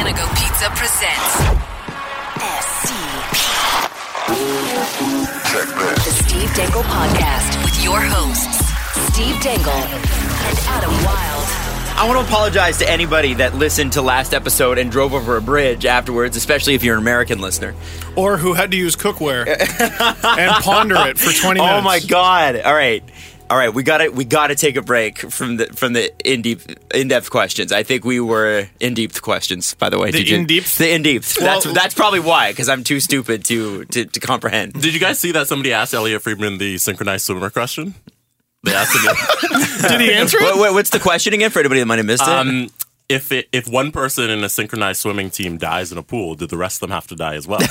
Producer presents SCP. The Steve Dangle Podcast with your hosts, Steve Dangle and Adam Wilde. I want to apologize to anybody that listened to last episode and drove over a bridge afterwards, especially if you're an American listener. or who had to use cookware and ponder it for 20 minutes. Oh my god! All right, all right, we got to We got to take a break from the from the in deep in depth questions. I think we were in depth questions, by the way. The Did you- in-depth? the in depth. that's Well- that's probably why, because I'm too stupid to to, to comprehend. Did you guys see that somebody asked Elliot Friedman the synchronized swimmer question? They asked him Did he answer Wait, it? wait, what's the question again for anybody that might have missed it? um, if it, if one person in a synchronized swimming team dies in a pool, do the rest of them have to die as well? and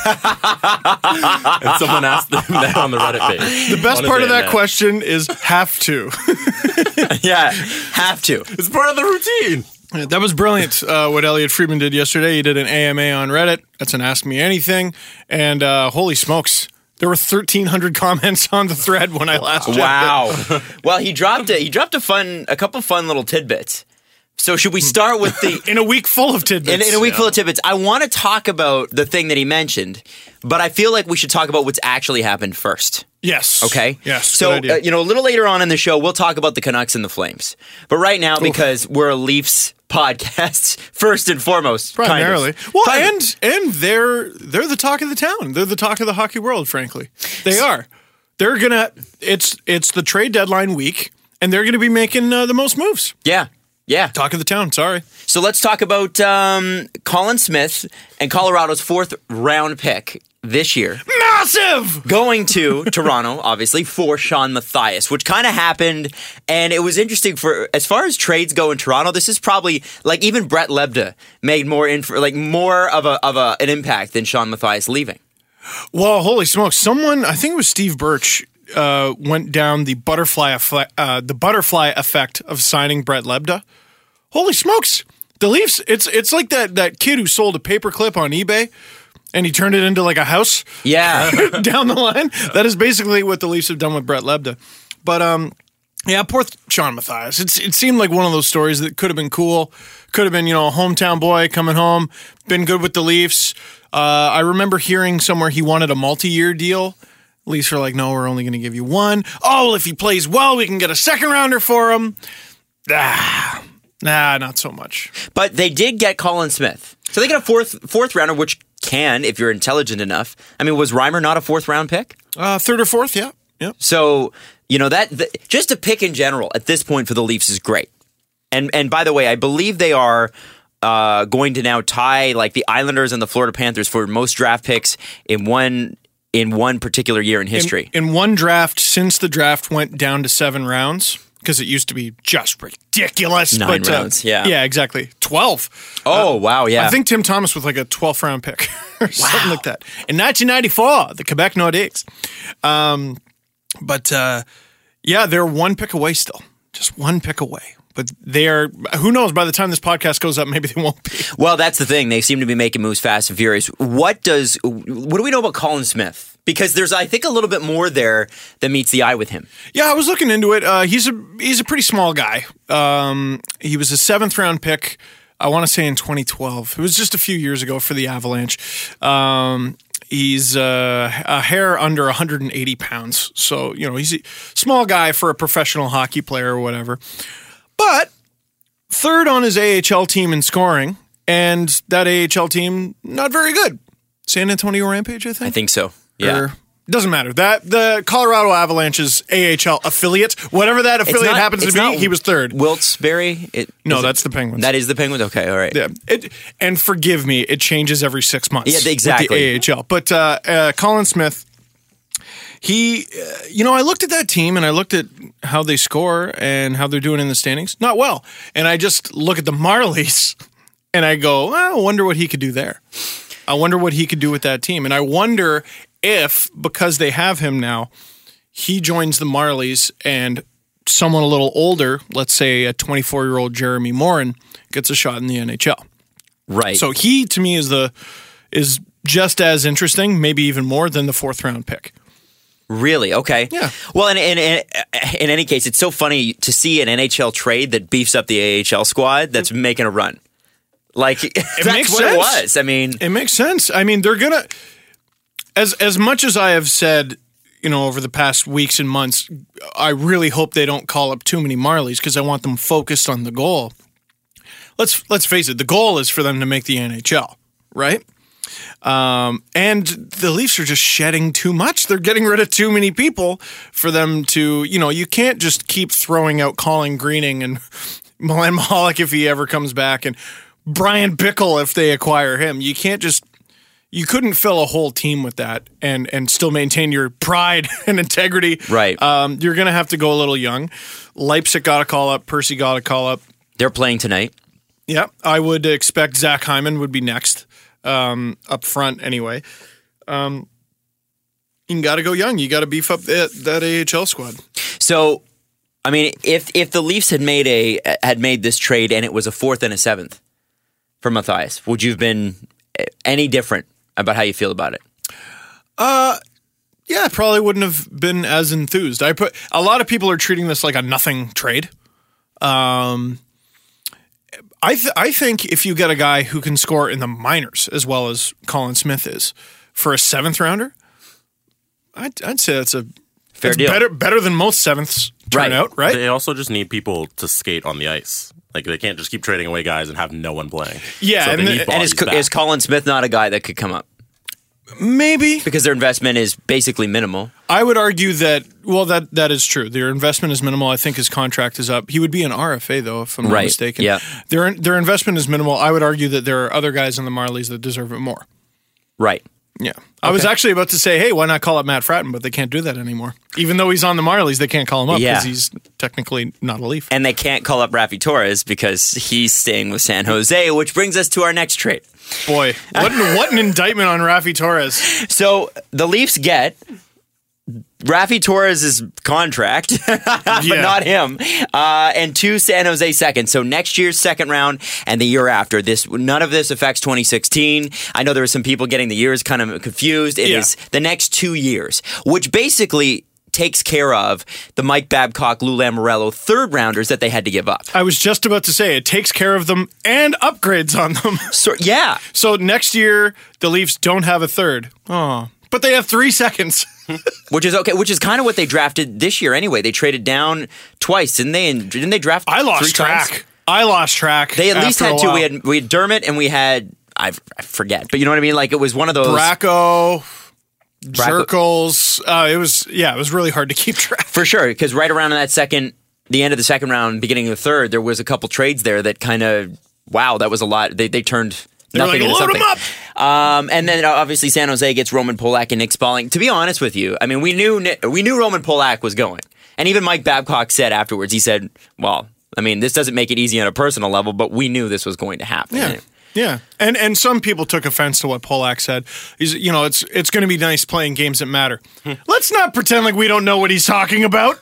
someone asked them that on the Reddit page. The best On his part of that internet. question is have to. yeah, have to. It's part of the routine. that was brilliant, uh, what Elliot Friedman did yesterday. He did an AMA on Reddit. That's an Ask Me Anything. And uh, holy smokes, there were 1,300 comments on the thread when I last checked. Wow. well, he dropped it. He dropped a fun, a couple fun little tidbits. So should we start with the In a week full of tidbits. in, in a week full of tidbits? I want to talk about the thing that he mentioned, but I feel like we should talk about what's actually happened first. Yes. Okay. Yes. So good idea. Uh, you know, a little later on in the show, we'll talk about the Canucks and the Flames. But right now, because we're a Leafs podcast first and foremost, kind of. Primarily, well, Kind of. and and they're they're the talk of the town. They're the talk of the hockey world. Frankly, they are. They're gonna. It's it's the trade deadline week, and they're gonna be making uh, the most moves. yeah, yeah. Talk of the town. Sorry, So let's talk about um, Colin Smith and Colorado's fourth round pick this year. massive. going to Toronto, obviously, for Sean Matthias, which kind of happened. And it was interesting for as far as trades go in Toronto, this is probably like even Brett Lebda made more inf- like more of a of a, an impact than Sean Matthias leaving. Well, holy smokes! Someone, I think it was Steve Birch, uh, went down the butterfly affe- uh, the butterfly effect of signing Brett Lebda. Holy smokes! The Leafs. It's it's like that that kid who sold a paperclip on eBay, and he turned it into like a house. Yeah. down the line. That is basically what the Leafs have done with Brett Lebda. But um, yeah, poor th- Sean Matthias. It's, it seemed like one of those stories that could have been cool. Could have been, you know, a hometown boy coming home, been good with the Leafs. Uh, I remember hearing somewhere he wanted a multi-year deal. Leafs were like, no, we're only going to give you one. Oh, well, if he plays well, we can get a second rounder for him. Ah, nah, not so much. but they did get Colin Smith. So they get a fourth fourth rounder, which can, if you're intelligent enough. I mean, was Reimer not a fourth round pick? Uh, third or fourth, yeah, yeah. So you know that th- just a pick in general at this point for the Leafs is great. And and by the way, I believe they are uh, going to now tie like the Islanders and the Florida Panthers for most draft picks in one in one particular year in history. In uh, one draft, since the draft went down to seven rounds, because it used to be just ridiculous. Nine but, uh, rounds, yeah. Yeah, exactly. 12. oh wow, yeah. I think Tim Thomas was like a 12th round pick or something like that. In 1994, the Quebec Nordiques. Um, but uh, yeah, they're one pick away still, just one pick away. But they are, who knows, by the time this podcast goes up, maybe they won't be. well, that's the thing. They seem to be making moves fast and furious. What does what do we know about Colin Smith? Because there's I think a little bit more there that meets the eye with him. Yeah, I was looking into it. Uh, he's a he's a pretty small guy. Um, he was a seventh round pick. I want to say in 2012. It was just a few years ago for the Avalanche. Um, he's uh, a hair under 180 pounds, so you know he's a small guy for a professional hockey player or whatever. But third on his AHL team in scoring, and that AHL team not very good. San Antonio Rampage, I think I think so. Yeah. or- doesn't matter. That the Colorado Avalanche's AHL affiliate, whatever that It's affiliate not- happens to it's be, not he was third. Wilkes-Barre? It- No, is it- that's the Penguins. That is the Penguins. Okay, all right. yeah, it, and forgive me, it changes every six months. Yeah, with the exactly. AHL, but uh, uh, Colin Smith, he, uh, you know, I looked at that team and I looked at how they score and how they're doing in the standings. Not well, and I just look at the Marlies and I go, "Well, I wonder what he could do there. I wonder what he could do with that team, and I wonder if because they have him now, he joins the Marlies and someone a little older, let's say a 24 year old Jeremy Morin, gets a shot in the NHL. Right. So he to me is the is just as interesting, maybe even more than the fourth round pick. Really? Okay. Yeah. Well, in, in, in, uh, in any case, it's so funny to see an NHL trade that beefs up the AHL squad that's making a run. Like that's Mm. makes what it sense. was. I mean, It makes sense. I mean, they're gonna as as much as I have said, you know, over the past weeks and months, I really hope they don't call up too many Marleys because I want them focused on the goal. Let's let's face it, the goal is for them to make the NHL, right? Um, and the Leafs are just shedding too much. They're getting rid of too many people for them to, you know, you can't just keep throwing out Colin Greening and Milan Mahalik if he ever comes back and Brian Bickle if they acquire him. You can't just you couldn't fill a whole team with that and and still maintain your pride and integrity. Right. Um, you're gonna have to go a little young. Leipzig got a call up. Percy got a call up. they're playing tonight. Yeah, I would expect Zach Hyman would be next um, up front anyway. Um, you got to go young. You got to beef up that, that AHL squad. So, I mean, if if the Leafs had made a had made this trade and it was a fourth and a seventh for Matthias, would you have been eh, any different about how you feel about it? Yeah, I probably wouldn't have been as enthused. I put a lot of people are treating this like a nothing trade. Um, I th- I think if you get a guy who can score in the minors as well as Colin Smith is for a seventh rounder, I'd, I'd say that's a Fair it's deal. better better than most sevenths Right. turn out, right? They also just need people to skate on the ice. Like they can't just keep trading away guys and have no one playing. Yeah, so and they the- need and And is, bodies back. is Colin Smith not a guy that could come up Maybe because their investment is basically minimal? I would argue that. Well, that that is true. Their investment is minimal. I think his contract is up. He would be an RFA though, if I'm not Right, mistaken. yeah. Their their investment is minimal. I would argue that there are other guys in the Marlies that deserve it more. Right. Yeah. I was actually about to say, hey, why not call up Matt Fratton? But they can't do that anymore. Even though he's on the Marlies, they can't call him up Yeah. because he's technically not a Leaf. And they can't call up Rafi Torres because he's staying with San Jose, which brings us to our next trade. Boy, what an, what an indictment on Rafi Torres. So the Leafs get Rafi Torres' contract, but Yeah. not him, uh, and two San Jose seconds. So next year's second round and the year after. This none of this affects 2016. I know there were some people getting the years kind of confused. It is Yeah. the next two years, which basically takes care of the Mike Babcock, Lou Lamorello third rounders that they had to give up. I was just about to say it takes care of them and upgrades on them. So yeah, so next year, the Leafs don't have a third. Oh, but they have three seconds. which is okay. Which is kind of what they drafted this year anyway. They traded down twice, didn't they? And didn't they draft? I lost three track. times? I lost track. They at least after had a two. We while. had we had Dermot and we had I, I forget, but you know what I mean. Like it was one of those. Bracco, Bracco- Zirkles. Uh, it was yeah, it was really hard to keep track. for sure because right around in that second, the end of the second round, beginning of the third, there was a couple trades there that kind of wow, that was a lot. They they turned. were Nothing like, into "Load 'em something. Um, and then uh, obviously San Jose gets Roman Polak and Nick Spalling. To be honest with you, I mean we knew Ni- we knew Roman Polak was going, and even Mike Babcock said afterwards. He said, "Well, I mean this doesn't make it easy on a personal level, but we knew this was going to happen." Yeah. Yeah. And and some people took offense to what Polak said. He's you know, it's it's gonna be nice playing games that matter. Hmm. Let's not pretend like we don't know what he's talking about.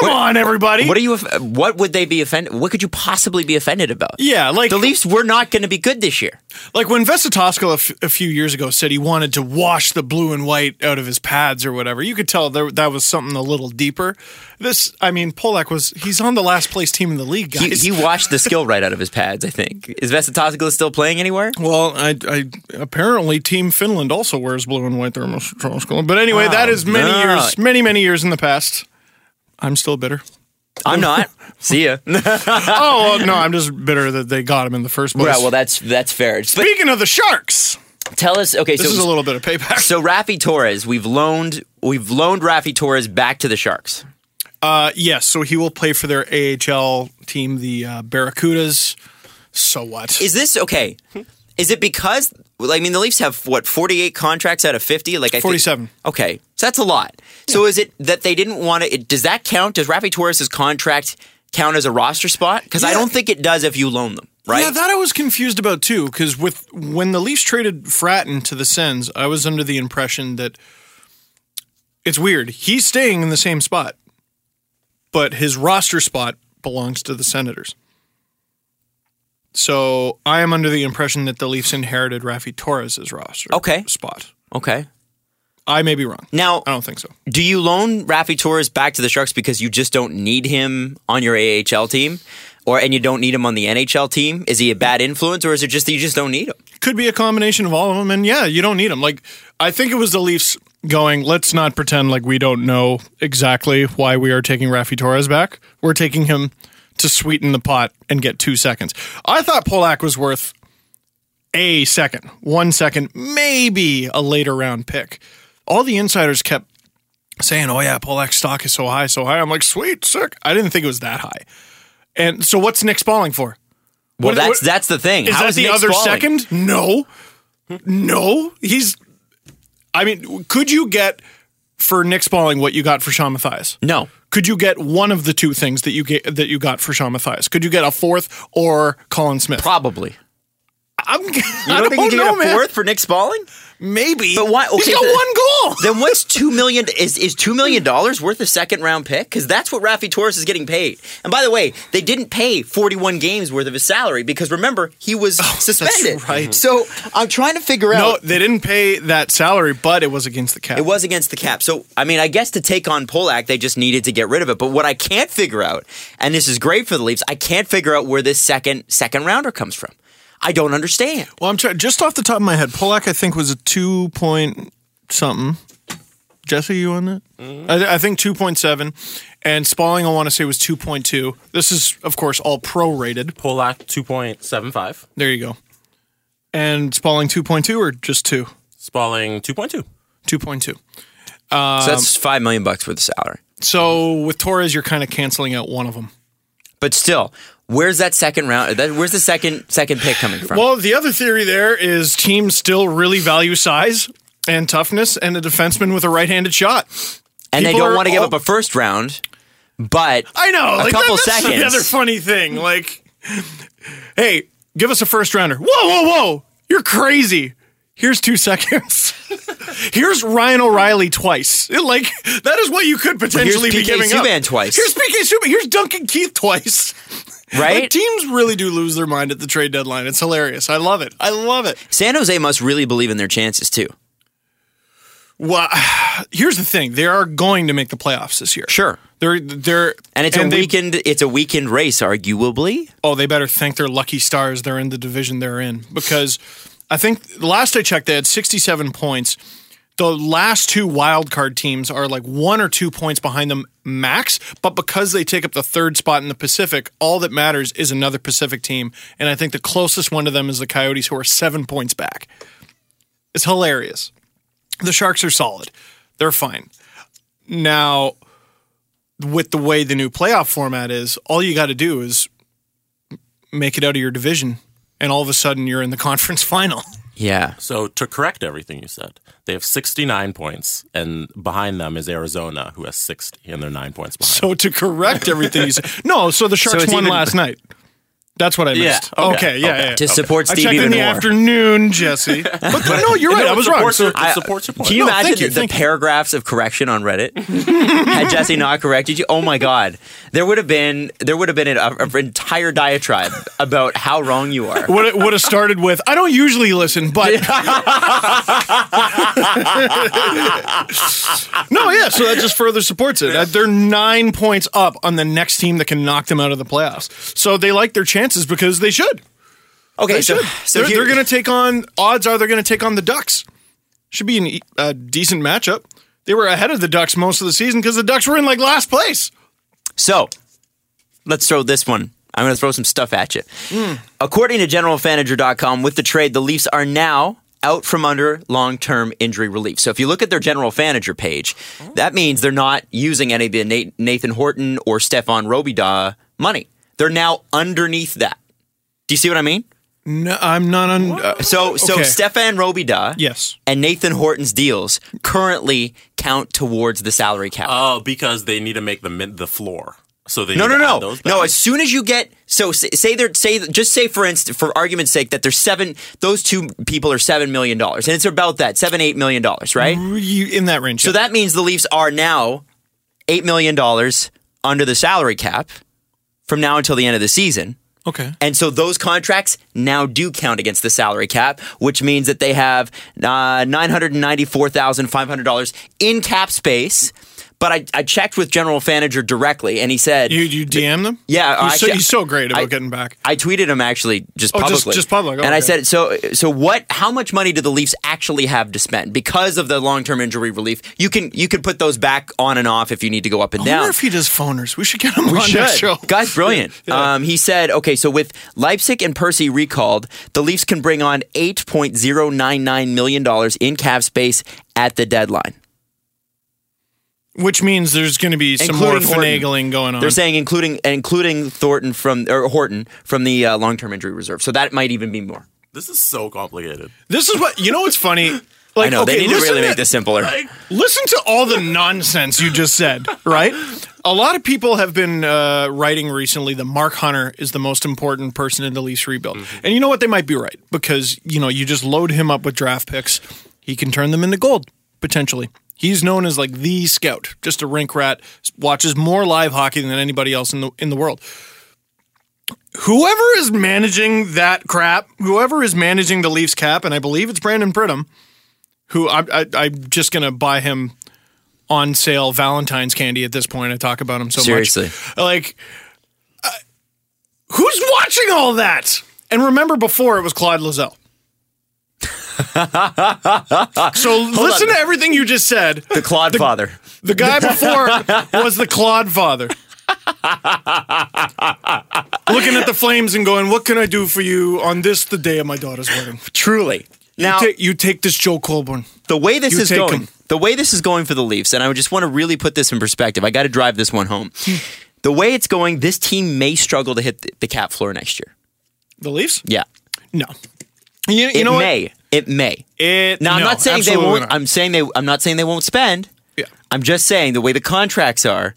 Come on, everybody. What are you? What would they be offended? What could you possibly be offended about? yeah, like the Leafs were not going to be good this year. Like when Vesitoska a, f- a few years ago said he wanted to wash the blue and white out of his pads or whatever, you could tell there, that was something a little deeper. This, I mean, Polak was, he's on the last place team in the league, He, guys. he washed the skill right out of his pads. I think is Vesitosical still playing anywhere? well, I, I apparently Team Finland also wears blue and white thermal But anyway, that is many no. years, many, many years in the past. I'm still bitter. I'm not. See ya. well, oh, well, no, I'm just bitter that they got him in the first place. well, that's that's fair. But Speaking of the Sharks, tell us. Okay, this so is a little bit of payback. so Rafi Torres, we've loaned we've loaned Rafi Torres back to the Sharks. Uh, yes, so he will play for their AHL team, the uh, Barracudas. So what? Is this okay? Is it because well, I mean the Leafs have what 48 contracts out of 50? Like I think- 47. okay, so that's a lot. So is it that they didn't want to? It, does that count? Does Rafi Torres' contract count as a roster spot? Because I Yeah. don't think it does if you loan them, right? Yeah, that I was confused about too. Because with when the Leafs traded Fratton to the Sens, I was under the impression that it's weird. He's staying in the same spot, but his roster spot belongs to the Senators. So I am under the impression that the Leafs inherited Rafi Torres' roster Okay. spot. okay. I may be wrong. Now, I don't think so. do you loan Rafi Torres back to the Sharks because you just don't need him on your AHL team, or and you don't need him on the NHL team? Is he a bad influence, or is it just that you just don't need him? could be a combination of all of them. And yeah, you don't need them. Like, I think it was the Leafs going, let's not pretend like we don't know exactly why we are taking Rafi Torres back. We're taking him to sweeten the pot and get two seconds. I thought Polak was worth a second, one second, maybe a later round pick. All the insiders kept saying, oh yeah, Polak's stock is so high, so high. I'm like, sweet, sick. I didn't think it was that high. And so what's Nick Spalling for? Well, What- that's what- that's the thing. is How that is the Nick other Spaulding? second? No, no. He's. I mean, could you get for Nick Spalling what you got for Sean Mathias? No. Could you get one of the two things that you get that you got for Sean Mathias? Could you get a fourth or Colin Smith? Probably. I'm, You I don't don't think you know, can get a man. fourth for Nick Spalling? Maybe, But why- okay, he's got the- one goal. then what's two million? Is is two million dollars worth a second round pick? Because that's what Rafi Torres is getting paid. And by the way, they didn't pay forty one games worth of his salary because remember he was suspended. Oh, right. So I'm trying to figure no, out. they didn't pay that salary, but it was against the cap. It was against the cap. So, I mean, I guess to take on Polak, they just needed to get rid of it. But what I can't figure out, and this is great for the Leafs, I can't figure out where this second second rounder comes from. I don't understand. Well, I'm trying just off the top of my head. Polak, I think, was a two point something. Jesse, you on that? I, I think two point seven, and Spalling, I want to say was two point two. This is, of course, all prorated. Polak two point seven five, There you go. And Spalling two point two or just two? Spalling two point two. Two point two. so Um, that's five million bucks worth of salary. So with Torres, you're kind of canceling out one of them. But still, where's that second round? That, where's the second second pick coming from? Well, the other theory there is teams still really value size and toughness and a defenseman with a right-handed shot. and they people don't are want to give all- up a first round, but I know. a like, couple that- that's seconds. The other funny thing, like, hey, give us a first rounder. Whoa, whoa, whoa! You're crazy. Here's two seconds. Here's Ryan O'Reilly twice. It, like that is what you could potentially be PK giving Subban up. twice. Here's PK Subban. Here's Duncan Keith twice. right? Like, teams really do lose their mind at the trade deadline. It's hilarious. I love it. I love it. San Jose must really believe in their chances too. Well, here's the thing: they are going to make the playoffs this year. Sure. They're they're And it's a they- weekend. It's a weekend race, arguably. oh, they better thank their lucky stars they're in the division they're in because I think last I checked they had 67 points. The last two wild card teams are like one or two points behind them max, but because they take up the third spot in the Pacific, all that matters is another Pacific team, and I think the closest one to them is the Coyotes, who are seven points back. It's hilarious. The Sharks are solid; they're fine. Now, with the way the new playoff format is, all you got to do is make it out of your division, and all of a sudden you're in the conference final. Yeah. So to correct everything you said, they have sixty nine points, and behind them is Arizona, who has sixty, and they're nine points behind. So to correct everything, you said, no. So the Sharks it's won even- last night. That's what I Yeah, missed. okay, Okay, yeah, okay. yeah. To support I Steve checked even in the more. afternoon, Jesse. But, but no, you're right. I was wrong. Support So- your- support your point. Can you Oh, No, imagine thank you, the thank you. paragraphs of correction on Reddit? Had Jesse not corrected you, oh my god, there would have been there would have been an, an entire diatribe about how wrong you are. would it would have started with I don't usually listen, but no, yeah. So that just further supports it. That They're nine points up on the next team that can knock them out of the playoffs. So they like their chances because they should. Okay, They so should. so they're, here- they're going to take on. Odds are they're going to take on the Ducks. Should be an e- a decent matchup. They were ahead of the Ducks most of the season because the Ducks were in like last place. So let's throw this one. I'm going to throw some stuff at you. Hmm. According to generalmanager.com, with the trade, the Leafs are now out from under long-term injury relief. So if you look at their general manager page, Oh. that means they're not using any of the Na- Nathan Horton or Stefan Robida money. They're now underneath that. Do you see what I mean? No, I'm not on. uh, So so Okay. Stefan Robida Yes. and Nathan Horton's deals currently count towards the salary cap. Oh, because they need to make the mid the floor. So they No, need no, to no, add those no. back. As soon as you get so say, say they're say just say for instance for argument's sake that there's seven those two people are seven million dollars and it's about that seven eight million dollars right. you in that range. So that means the Leafs are now eight million dollars under the salary cap from now until the end of the season. okay. And so those contracts now do count against the salary cap, which means that they have uh, $994,500 in cap space. But I, I checked with general manager directly, and he said, You you DM them? Yeah, he's, I so, ca- he's so great about I- getting back. I tweeted him actually just Oh, just- publicly. just public. Oh, and I okay. said, so so what? How much money do the Leafs actually have to spend because of the long term injury relief? You can you can put those back on and off if you need to go up and I wonder down. if he does phoners. We should get him We on should. that show. Guy's brilliant. um, he said, okay, so with Leipzig and Percy recalled, the Leafs can bring on $8.099 million in cap space at the deadline. Which means there's going to be some more Including Horton. finagling going on. They're saying including including Thornton from or Horton from the uh, long term injury reserve. So that might even be more. This is so complicated. this is what you know. What's funny? Like, I know okay, they need to listen really make this simpler. Listen to all the nonsense you just said, right? A lot of people have been uh, writing recently that Mark Hunter is the most important person in the Leafs rebuild. And you know what? They might be right because, you know, you just load him up with draft picks, he can turn them into gold potentially. He's known as like the scout, just a rink rat, watches more live hockey than anybody else in the in the world. Whoever is managing that crap, whoever is managing the Leafs cap, and I believe it's Brandon Pridham, who I, I, I'm just gonna buy him on sale Valentine's candy at this point. I talk about him so Seriously. much. Like, uh, who's watching all that? And remember, before it was Claude Lozelle. so listen on. to everything you just said. The Claude father. The guy before was the Claude father. Looking at the flames and going, "What can I do for you on this the day of my daughter's wedding?" Truly. Now, you, take, you take this Joe Colburn. the way this You is take going, 'em. the way this is going for the Leafs, and I would just want to really put this in perspective. I got to drive this one home. the way it's going, this team may struggle to hit the, the cap floor next year. The Leafs? Yeah, No. You, you it know what? may. It may. It, now, I'm no, not saying they absolutely won't. not. I'm saying they. I'm not saying they won't spend. Yeah. I'm just saying the way the contracts are,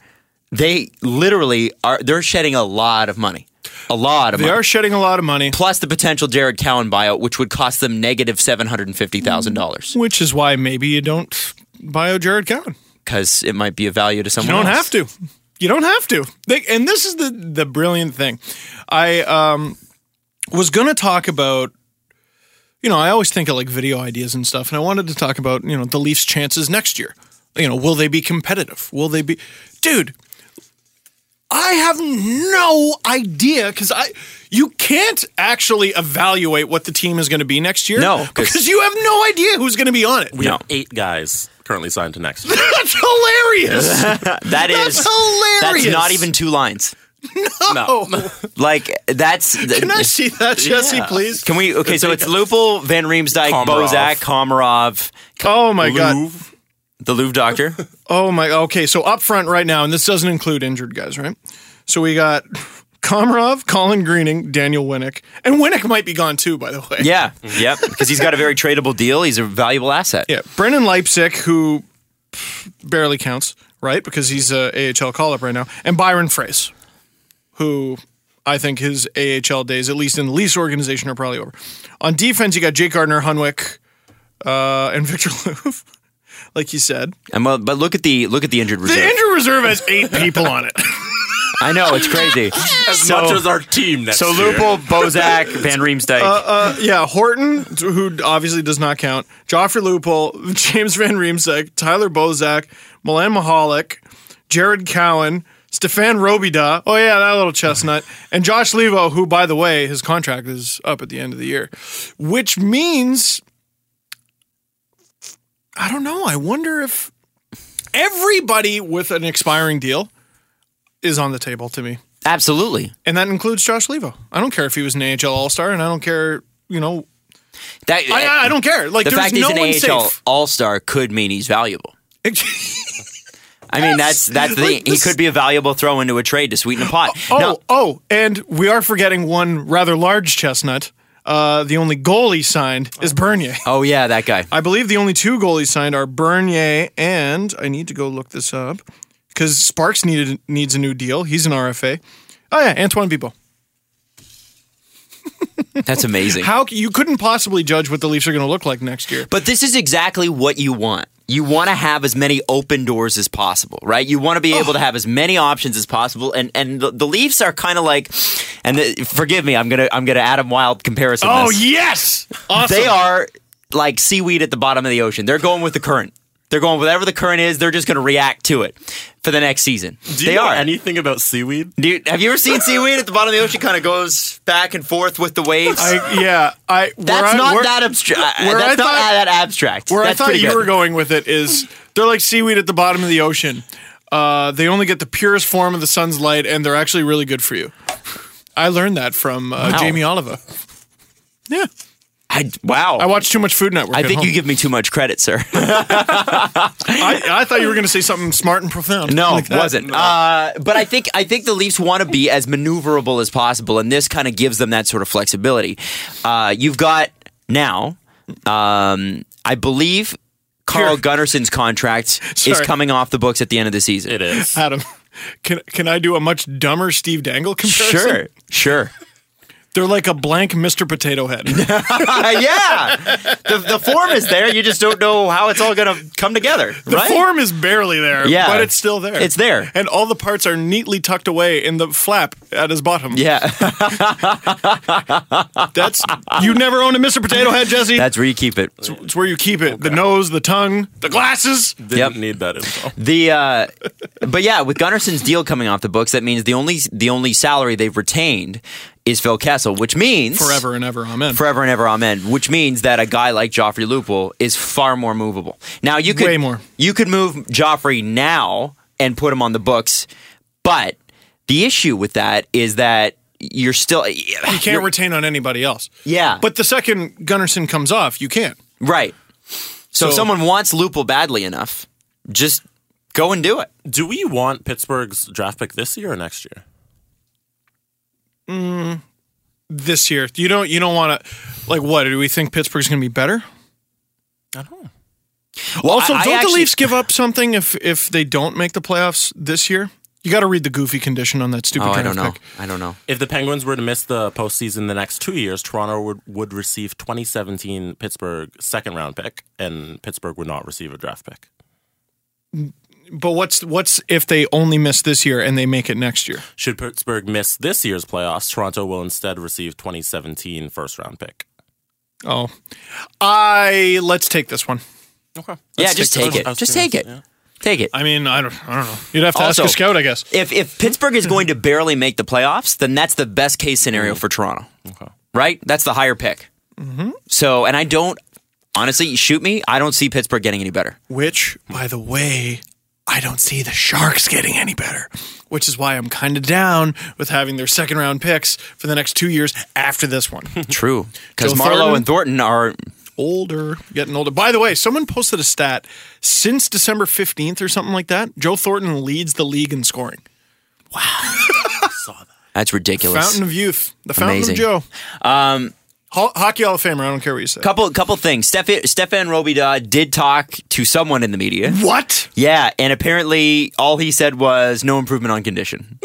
they literally are. They're shedding a lot of money. A lot of They money. are shedding a lot of money, Plus the potential Jared Cowan buyout, which would cost them negative seven hundred and fifty thousand dollars. which is why maybe you don't bio Jared Cowan. because it might be of value to someone. You don't else. have to. You don't have to. They, and this is the the brilliant thing. I um, was going to talk about. You know, I always think of like video ideas and stuff, and I wanted to talk about you know the Leafs' chances next year. You know, will they be competitive? Will they be, dude? I have no idea because I you can't actually evaluate what the team is going to be next year. No, 'cause- because you have no idea who's going to be on it. We No. have eight guys currently signed to next year. That's hilarious. Uh, That is hilarious. That's not even two lines. No. Like that's. Can I see that, Jesse, please? Can we? Okay, so it's Lupul, Van Riemsdyk, Komarov. Bozak, Komarov, Oh my god. Move. the Louvre Doctor. Oh my okay, so up front right now, and this doesn't include injured guys, right? So we got Komarov, Colin Greening, Daniel Winnick. And Winnick might be gone too, by the way. yeah, yep. Because he's got a very tradable deal. He's a valuable asset. Yeah. Brennan Leipzig, who barely counts, right? Because he's a AHL call up right now. And Byron Frace, who I think his AHL days, at least in the Leafs organization, are probably over. On defense, you got Jake Gardner, Hunwick, uh, and Victor Louvre, like you said. And, well, but look at the look at the injured The reserve. injured reserve has eight people on it. I know it's crazy. As So- much as our team next so year. Lupul, Bozak, Van Riemsdyk. Uh, yeah, Horton, who obviously does not count, Joffrey Lupul, James Van Riemsdyk, Tyler Bozak, Milan Mahalik, Jared Cowan, Stefan Robida. Oh yeah, that little chestnut, and Josh Levo, who by the way, his contract is up at the end of the year, which means I don't know. I wonder if everybody with an expiring deal is on the table to me. Absolutely. And that includes Josh Levo. I don't care if he was an AHL All Star, and I don't care, you know, That, I, I- I don't care. Like the there's fact no one he's an AHL safe. All Star could mean he's valuable. I mean, that's that's the Like, thing. He this- could be a valuable throw into a trade to sweeten the pot. oh, Now- oh, and we are forgetting one rather large chestnut. Uh, the only goalie signed is Bernier. oh yeah, that guy. I believe the only two goalies signed are Bernier and I need to go look this up because Sparks needed needs a new deal. He's an RFA. Oh yeah, Antoine Bibo. That's amazing. How c- you couldn't possibly judge what the Leafs are going to look like next year? but this is exactly what you want. You want to have as many open doors as possible, right? You want to be able to have as many options as possible, and and the, the Leafs are kind of like, and the, forgive me, I'm gonna I'm gonna Adam Wild comparison. Oh, this. yes, awesome. they are like seaweed at the bottom of the ocean. They're going with the current. They're going whatever the current is. They're just going to react to it for the next season. Do you they know are. anything about seaweed? Dude, have you ever seen seaweed at the bottom of the ocean? Kind of goes back and forth with the waves. I, yeah, I. where that's I- not where- that abstract. where That's I not thought- that abstract. Where that's I thought pretty you good. were going with it is they're like seaweed at the bottom of the ocean. Uh, they only get the purest form of the sun's light, and they're actually really good for you. I learned that from uh, Wow. Jamie Oliver. Yeah, I, wow. I watch too much Food Network. I at think home. you give me too much credit, sir. I, I thought you were going to say something smart and profound. No, like it that. wasn't. Uh, but I think I think the Leafs want to be as maneuverable as possible, and this kind of gives them that sort of flexibility. Uh, you've got now, um, I believe, Carl Here. Gunnarsson's contract is Sorry. coming off the books at the end of the season. It is. Adam, can can I do a much dumber Steve Dangle comparison? Sure, sure. They're like a blank Mr. Potato Head. Uh, yeah, the, the form is there. You just don't know how it's all going to come together, The right? form is barely there, Yeah. but it's still there. It's there. And all the parts are neatly tucked away in the flap at his bottom. yeah, That's you never own a Mr. Potato Head, Jesse. that's where you keep it. it's where you keep it. The nose, the tongue, the glasses. Didn't Yep. need that info. The uh, but yeah, with Gunnarsson's deal coming off the books, that means the only the only salary they've retained is Phil Kessel, which means Forever and ever, amen. forever and ever, amen. Which means that a guy like Joffrey Lupul is far more movable. Now you could Way more. you could move Joffrey now and put him on the books, but the issue with that is that you're still you can't retain on anybody else. Yeah. But the second Gunnarsson comes off, you can't. right. So, if So- someone wants Lupul badly enough, just go and do it. Do we want Pittsburgh's draft pick this year or next year? This year, you don't. You don't want to. Like, what do we think Pittsburgh's going to be better? I don't know. Also, I- I don't the actually- Leafs give up something if if they don't make the playoffs this year? You got to read the goofy condition on that stupid. Oh, I draft don't know. pick. I don't know. If the Penguins were to miss the postseason the next two years, Toronto would, would receive 2017 Pittsburgh second round pick, and Pittsburgh would not receive a draft pick. But what's what's if they only miss this year and they make it next year? Should Pittsburgh miss this year's playoffs, Toronto will instead receive 2017 first round pick. Oh, I let's take this one. Okay. yeah, just take take those. it. I was Just gonna take it. say, yeah. Take it. I mean, I don't, I don't know. You'd have to Also- ask a scout, I guess. If if Pittsburgh is going to barely make the playoffs, then that's the best case scenario for Toronto, Okay. right? That's the higher pick. Mm-hmm. So, and I don't honestly shoot me. I don't see Pittsburgh getting any better. Which, by the way, I don't see the Sharks getting any better. Which is why I'm kind of down with having their second round picks for the next two years after this one. True, because Joe Marlowe Thornton? and Thornton are older, getting older. By the way, someone posted a stat since December 15th or something like that. Joe Thornton leads the league in scoring. Saw that. that's ridiculous. Fountain of youth, the fountain Amazing. of Joe. Um, Ho- Hockey Hall of Famer. I don't care what you say. Couple couple things. Steph- Stefan Robida did talk to someone in the media. what? Yeah, and apparently all he said was no improvement on condition.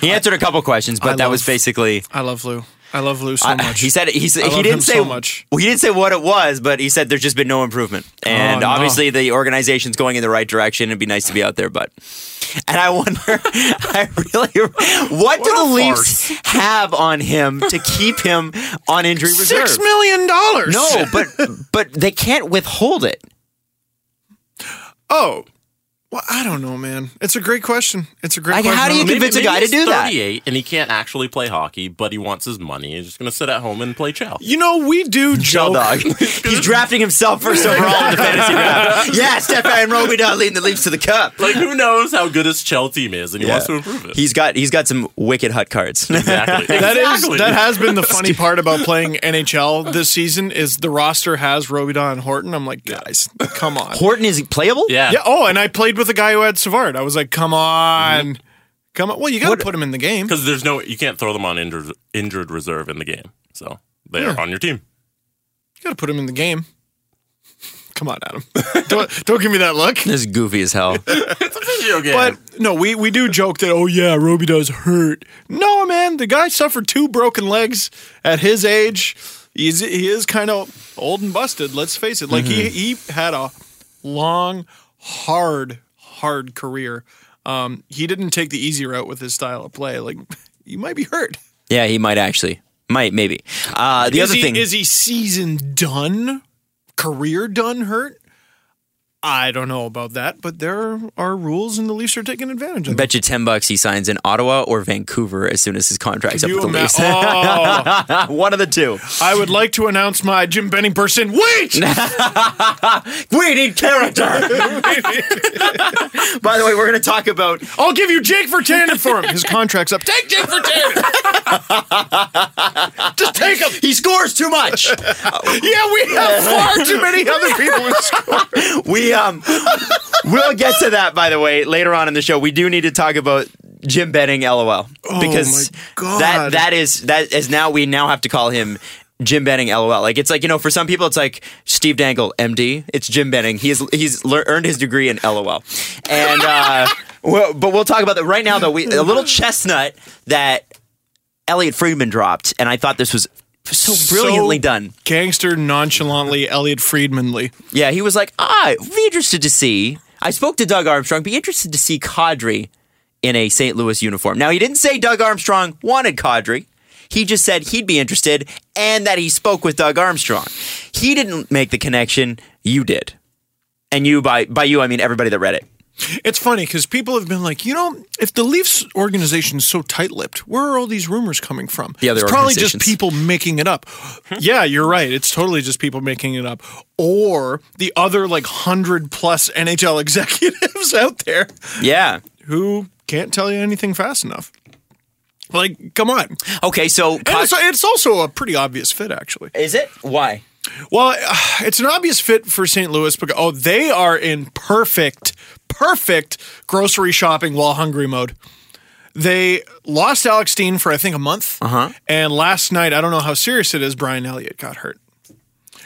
he answered a couple questions, but I that was love- basically I love Lou. I love Lou so I- much. He said he said I he love didn't him say so much. Oh, Well, he didn't say what it was, but he said there's just been no improvement, and no. obviously the organization's going in the right direction. It'd be nice to be out there, but and I wonder, I really, what, do the Leafs have on him to keep him on injury reserve? Six million dollars. no, but but they can't withhold it. Oh. Well, I don't know, man. It's a great question. It's a great Like, question. how do you I don't know. convince a guy to he's do that. 38 and he can't actually play hockey, but he wants his money. He's just going to sit at home and play chow. You know, we do Bell joke. dog. He's drafting himself first overall in the fantasy draft. Yeah, Stefan Robida leading the Leafs to the cup. Like, who knows how good his Chell team is, and he wants to improve it. He's got he's got some wicked hut cards. exactly. That is exactly. that has been the funny part about playing NHL this season is the roster has Robidon and Horton. I'm like, guys, come on. Horton is playable. yeah. Yeah. Oh, and I played with a guy who had Savard. I was like, come on, come on. Well, you got to put him in the game. Because there's no, you can't throw them on injured, injured reserve in the game. So they are on your team. You got to put him in the game. Come on, Adam. don't don't give me that look. This is goofy as hell. Video game. But no, we, we do joke that oh yeah, Roby does hurt. No man, the guy suffered two broken legs at his age. He's he is kind of old and busted. Let's face it. Like Mm-hmm. he he had a long, hard, hard career. Um, he didn't take the easy route with his style of play. Like you might be hurt. Yeah, he might actually. Might, maybe. Uh, the is other he, thing is he season done? Career done? Hurt? I don't know about that, but there are rules, and the Leafs are taking advantage of them. Bet you ten bucks he signs in Ottawa or Vancouver as soon as his contract's up You with the ima- Leafs. oh, One of the two. I would like to announce my Jim Benning person. Wait, We need character. By the way, we're going to talk about I'll give you Jake Vertanen for him. His contract's up. Take Jake Vertanen. Just take him. he scores too much. Yeah, we have far too many other people who score. we um we'll get to that by the way later on in the show. We do need to talk about Jim Benning LOL because Oh my God. that that is that is now we now have to call him Jim Benning LOL. Like it's like you know for some people it's like Steve Dangle MD. It's Jim Benning. He is he's lear- earned his degree in LOL. And uh well, but we'll talk about that right now though. We a little chestnut that Elliot Friedman dropped and I thought this was so brilliantly So done. Gangster nonchalantly, Elliot Friedmanly. Yeah, he was like, ah, be interested to see. I spoke to Doug Armstrong, be interested to see Cadre in a St. Louis uniform. Now, he didn't say Doug Armstrong wanted Cadre. He just said he'd be interested and that he spoke with Doug Armstrong. He didn't make the connection. You did. And you, by, by you, I mean everybody that read it. It's funny because people have been like, you know, if the Leafs organization is so tight-lipped, where are all these rumors coming from? The other it's probably just organizations. people making it up. yeah, you're right. It's totally just people making it up, or the other like hundred plus NHL executives out there Yeah. who can't tell you anything fast enough. Like, come on. And Okay, so. it's, it's also a pretty obvious fit, actually. is it? Why? Well, uh, it's an obvious fit for St. Louis because oh, they are in perfect, perfect grocery shopping while hungry mode. They lost Alex Dean for I think a month, uh-huh. and last night I don't know how serious it is. Brian Elliott got hurt.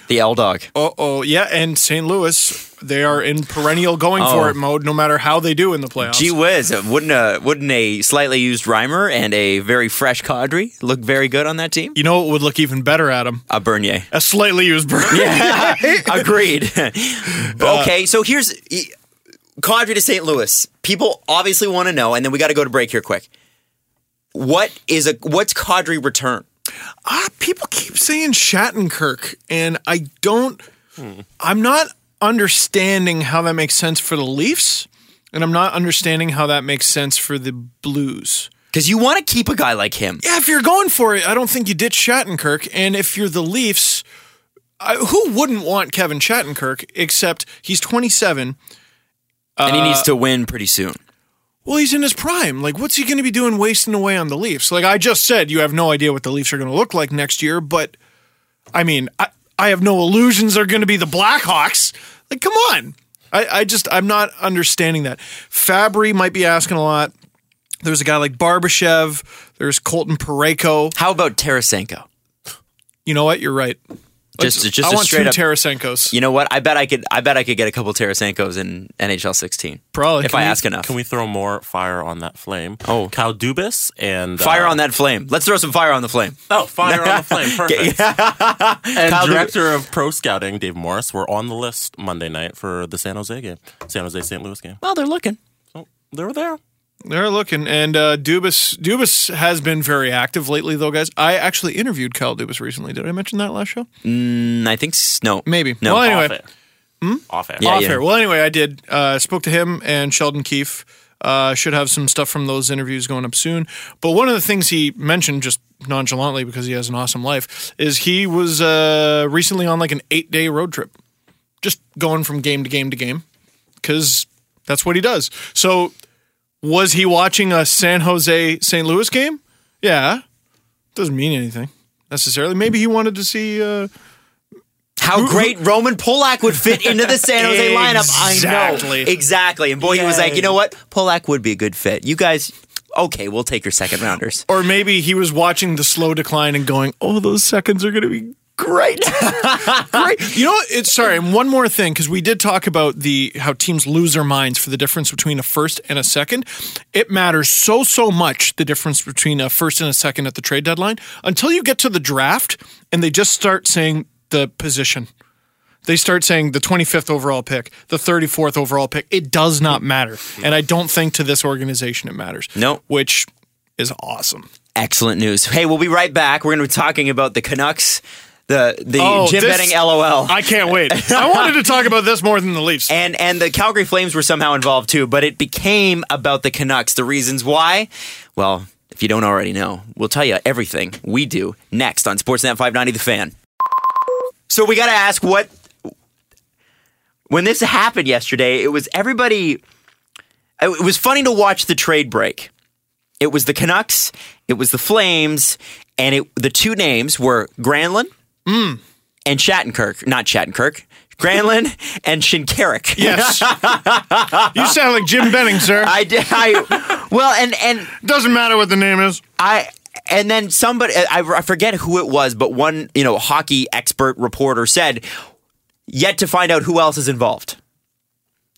The L Dog. Oh, oh, yeah, and St. Louis they are in perennial going Oh. for it mode, no matter how they do in the playoffs. Gee whiz, uh, wouldn't a, wouldn't a slightly used rhymer and a very fresh Cadre look very good on that team? you know what would look even better at him? A Bernier. A slightly used Brian. Agreed. okay, so here's e- Cadre to St. Louis. People obviously want to know, and then we got to go to break here quick. What is a what's Cadre return? Ah, people keep saying Shattenkirk, and I don't. I'm not understanding how that makes sense for the Leafs, and I'm not understanding how that makes sense for the Blues. Because you want to keep a guy like him. Yeah, if you're going for it, I don't think you ditch Shattenkirk, and if you're the Leafs, I, who wouldn't want Kevin Shattenkirk? Except he's 27. and he needs to win pretty soon. Well, he's in his prime. Like, what's he going to be doing wasting away on the Leafs? Like I just said, you have no idea what the Leafs are going to look like next year, but I mean, I, I have no illusions they're going to be the Blackhawks. Like, come on. I, I just, I'm not understanding that. Fabry might be asking a lot. There's a guy like Barbashev. There's Colton Pareko. How about Tarasenko? You know what? You're right. Just just I a want two straight up. Tarasenkos. you know what? I bet I could. I bet I could get a couple Tarasenkos in NHL 16. Probably. if Can I we- ask enough. Can we throw more fire on that flame? Oh. Cal Dubas and fire on that flame? Let's throw some fire on the flame. Oh, fire on the flame. Perfect. and director of pro scouting Dave Morris were on the list Monday night for the San Jose game, San Jose St. Louis game. Well, they're looking. So they were there. They're looking, and uh, Dubas Dubas has been very active lately, though, guys. I actually interviewed Kyle Dubas recently. Did I mention that last show? Mm, I think s- no. Maybe. No. Well, anyway, Hmm? Off air. Off air. Yeah, off air. Well, anyway, I did. Uh, spoke to him and Sheldon Keefe. Uh, should have some stuff from those interviews going up soon. But one of the things he mentioned just nonchalantly because he has an awesome life is he was uh, recently on like an eight day road trip, just going from game to game to game because that's what he does. So was he watching a San Jose St. Louis game? Yeah, doesn't mean anything necessarily. Maybe he wanted to see. Uh, How great Roman Polak would fit into the San Jose lineup. I Exactly. know. Exactly. And boy, he was like, you know what? Polak would be a good fit. You guys, okay, we'll take your second rounders. Or maybe he was watching the slow decline and going, "Oh, those seconds are going to be great, great." You know, what? it's sorry. And one more thing, because we did talk about the how teams lose their minds for the difference between a first and a second. It matters so so much the difference between a first and a second at the trade deadline until you get to the draft and they just start saying the position. They start saying the 25th overall pick, the 34th overall pick. It does not matter. And I don't think to this organization it matters. No. Which is awesome. Excellent news. Hey, we'll be right back. We're going to be talking about the Canucks. the the Oh, Jim this- betting LOL. I can't wait. I wanted to talk about this more than the Leafs. and and the Calgary Flames were somehow involved too, but it became about the Canucks. The reasons why, well, if you don't already know, we'll tell you everything we do next on Sportsnet 590 The Fan. So we got to ask what when this happened yesterday. It was everybody. It was funny to watch the trade break. It was the Canucks. It was the Flames, and it the two names were Granlund and Shattenkirk. Not Shattenkirk. Granlund and Shinkarik. Yes. you sound like Jim Benning, sir. I did. I well, and and Doesn't matter what the name is. I and then somebody I, I forget who it was, but one you know hockey expert reporter said, yet to find out who else is involved.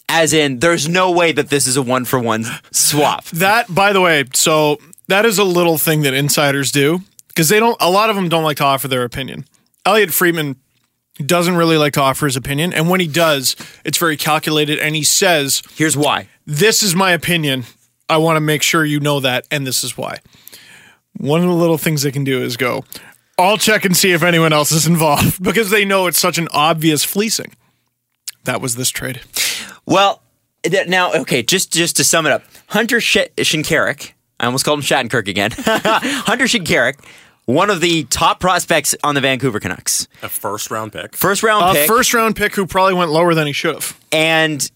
As in, there's no way that this is a one for one swap. That, by the way, so that is a little thing that insiders do because they don't, a lot of them don't like to offer their opinion. Elliot Friedman doesn't really like to offer his opinion. And when he does, it's very calculated and he says, Here's why. This is my opinion. I want to make sure you know that. And this is why. One of the little things they can do is go, I'll check and see if anyone else is involved because they know it's such an obvious fleecing. That was this trade. Well, th- now okay, just just to sum it up, Hunter Sh- Shinkarik. I almost called him Shattenkirk again. Hunter Shinkarik, one of the top prospects on the Vancouver Canucks, A first round pick. first round A pick. Uh, first round pick who probably went lower than he should have. and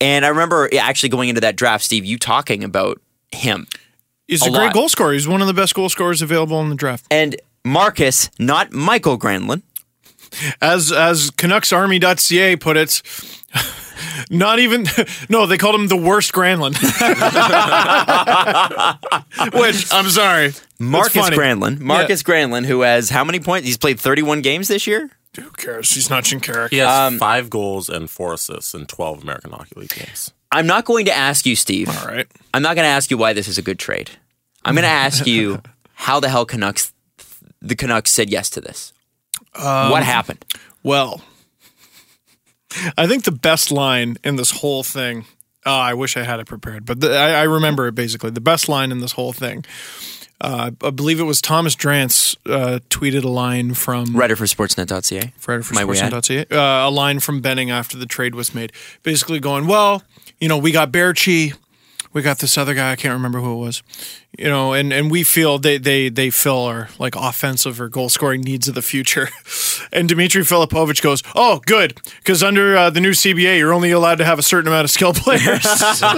and I remember yeah, actually going into that draft, Steve, you talking about him He's A a, great lot. goal scorer. He's one of the best goal scorers available in the draft. and Marcus, not Michael Granlund. As as CanucksArmy.ca put it, not even no, they called him the worst Granlund. Which I'm sorry, It's Marcus funny. Granlund, Marcus Granlund, who has how many points? He's played 31 games this year. Who cares? He's not Shinkarik. He has five goals and four assists in 12 American Hockey League games. I'm not going to ask you, Steve. All right. I'm not going to ask you why this is a good trade. I'm going to ask you how the hell Canucks, the Canucks said yes to this. Um, what happened? Well, I think the best line in this whole thing. Oh, I wish I had it prepared, but the, I, I remember it basically. The best line in this whole thing. Uh, I believe it was Thomas Drance uh, tweeted a line from Writer for Sportsnet.ca. Friday for Might we add? Sportsnet.ca. Uh, a line from Benning after the trade was made, basically going, "Well, you know, we got Berchi, we got this other guy. I can't remember who it was, you know, and and we feel they they they fill our like offensive or goal scoring needs of the future." and Dmitry Filipovich goes, "Oh, good, because under uh, the new CBA, you're only allowed to have a certain amount of skill players. Well,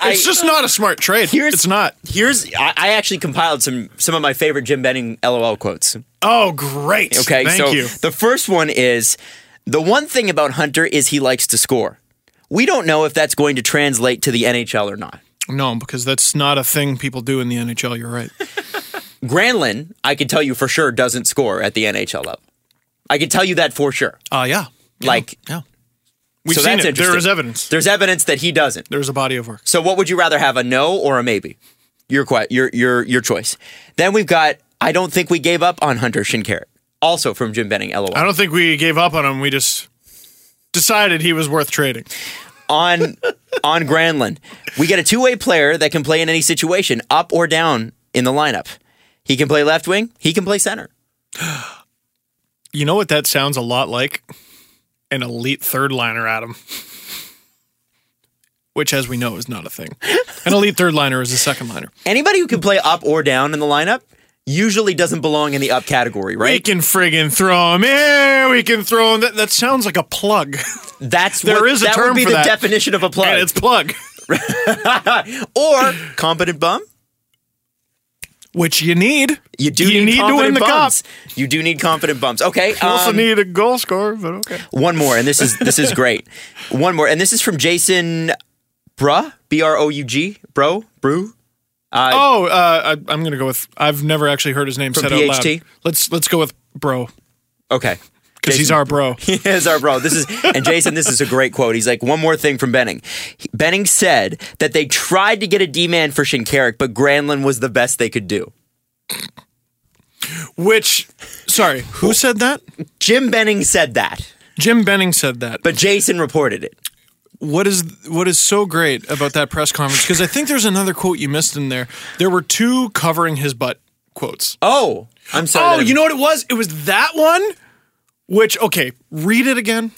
I, it's just not a smart trade. Here's- it's not. here's I, I actually compiled some some of my favorite Jim Benning LOL quotes. Oh, great. Okay, thank so you. the first one is the one thing about Hunter is he likes to score. We don't know if that's going to translate to the NHL or not. No, because that's not a thing people do in the NHL. You're right." Granlund, I can tell you for sure, doesn't score at the NHL level. I can tell you that for sure. Uh, yeah. Yeah. Like- yeah. We've so seen that's it. There interesting. is evidence. There's evidence that he doesn't. There's a body of work. So what would you rather have a no or a maybe? Your que- your your your choice. Then we've got I don't think we gave up on Hunter Shinkarik. Also from Jim Benning, LOL. I don't think we gave up on him. We just decided he was worth trading. on on Granlund. We get a two way player that can play in any situation, up or down in the lineup. He can play left wing. He can play center. You know what that sounds a lot like? An elite third liner, Adam. Which, as we know, is not a thing. An elite third liner is a second liner. Anybody who can play up or down in the lineup usually doesn't belong in the up category, We right? can friggin' throw him here. We can throw him. That, that sounds like a plug. That's There what, is a that term would be for the that. definition of a and plug it's plug. or competent bum. Which you need. You do You need, need to confident win the cup. bums. You do need confident bums. Okay. You also um, need a goal scorer, but okay. One more, and this is this is great. One more, and this is from Jason Bruh, B R O U G, Bro, Brew. Oh, uh, I, I'm gonna go with. I've never actually heard his name From said out PHT? loud. Let's let's go with bro Okay. because he's Jason- our bro. He is our bro. This is and Jason. This is a great quote. He's like one more thing from Benning. He- Benning said that they tried to get a D man for Shinkarik, but Granlund was the best they could do. Which, sorry, who said that? Jim Benning said that, Jim Benning said that. But but Jason reported it. what is what is so great about that press conference? Because I think there's another quote you missed in there. There were two covering his butt quotes. Oh, I'm sorry. Oh, that I'm- you know what it was? It was that one. Which okay, read it again.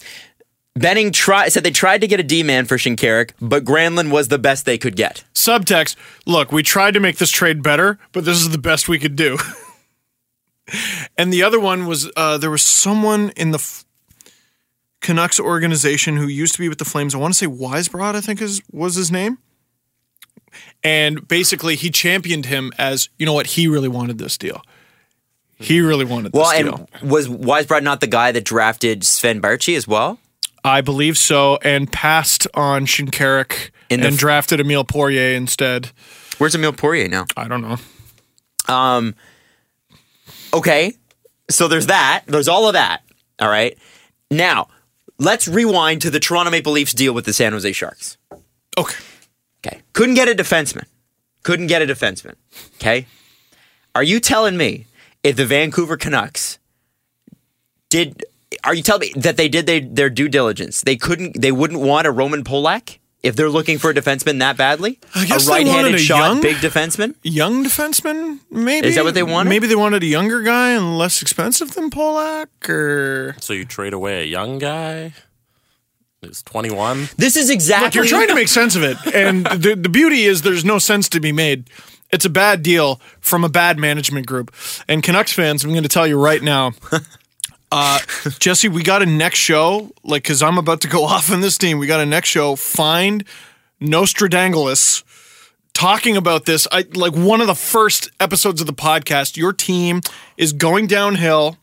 Benning try- said they tried to get a D man for Shinkarik, but Granlund was the best they could get. Subtext: Look, we tried to make this trade better, but this is the best we could do. and the other one was uh, there was someone in the F- Canucks organization who used to be with the Flames. I want to say Weisbrod, I think is was his name. And basically, he championed him as you know what he really wanted this deal. He really wanted this Well, deal. and was Weisbrod not the guy that drafted Sven Barchi as well? I believe so, and passed on Shinkarik In and the f- drafted Emile Poirier instead. Where's Emil Poirier now? I don't know. Okay, so there's that. There's all of that. All right. Now, let's rewind to the Toronto Maple Leafs deal with the San Jose Sharks. Okay. Okay. Couldn't get a defenseman. Couldn't get a defenseman. Okay. Are you telling me if the Vancouver Canucks did are you telling me that they did they, their due diligence? They couldn't they wouldn't want a Roman Polak if they're looking for a defenseman that badly? I guess a they wanted right-handed a shot young- big defenseman? Young defenseman, maybe. Is that what they wanted? Maybe they wanted a younger guy and less expensive than Polak, or So you trade away a young guy who's 21. This is Look, exactly you're trying to make sense of it, and the, the beauty is there's no sense to be made. It's a bad deal from a bad management group. And Canucks fans, I'm going to tell you right now, uh, Jesse, we got a next show. Like, because I'm about to go off on this team, we got a next show. Find Nostradangulus talking about this. I like one of the first episodes of the podcast. Your team is going downhill,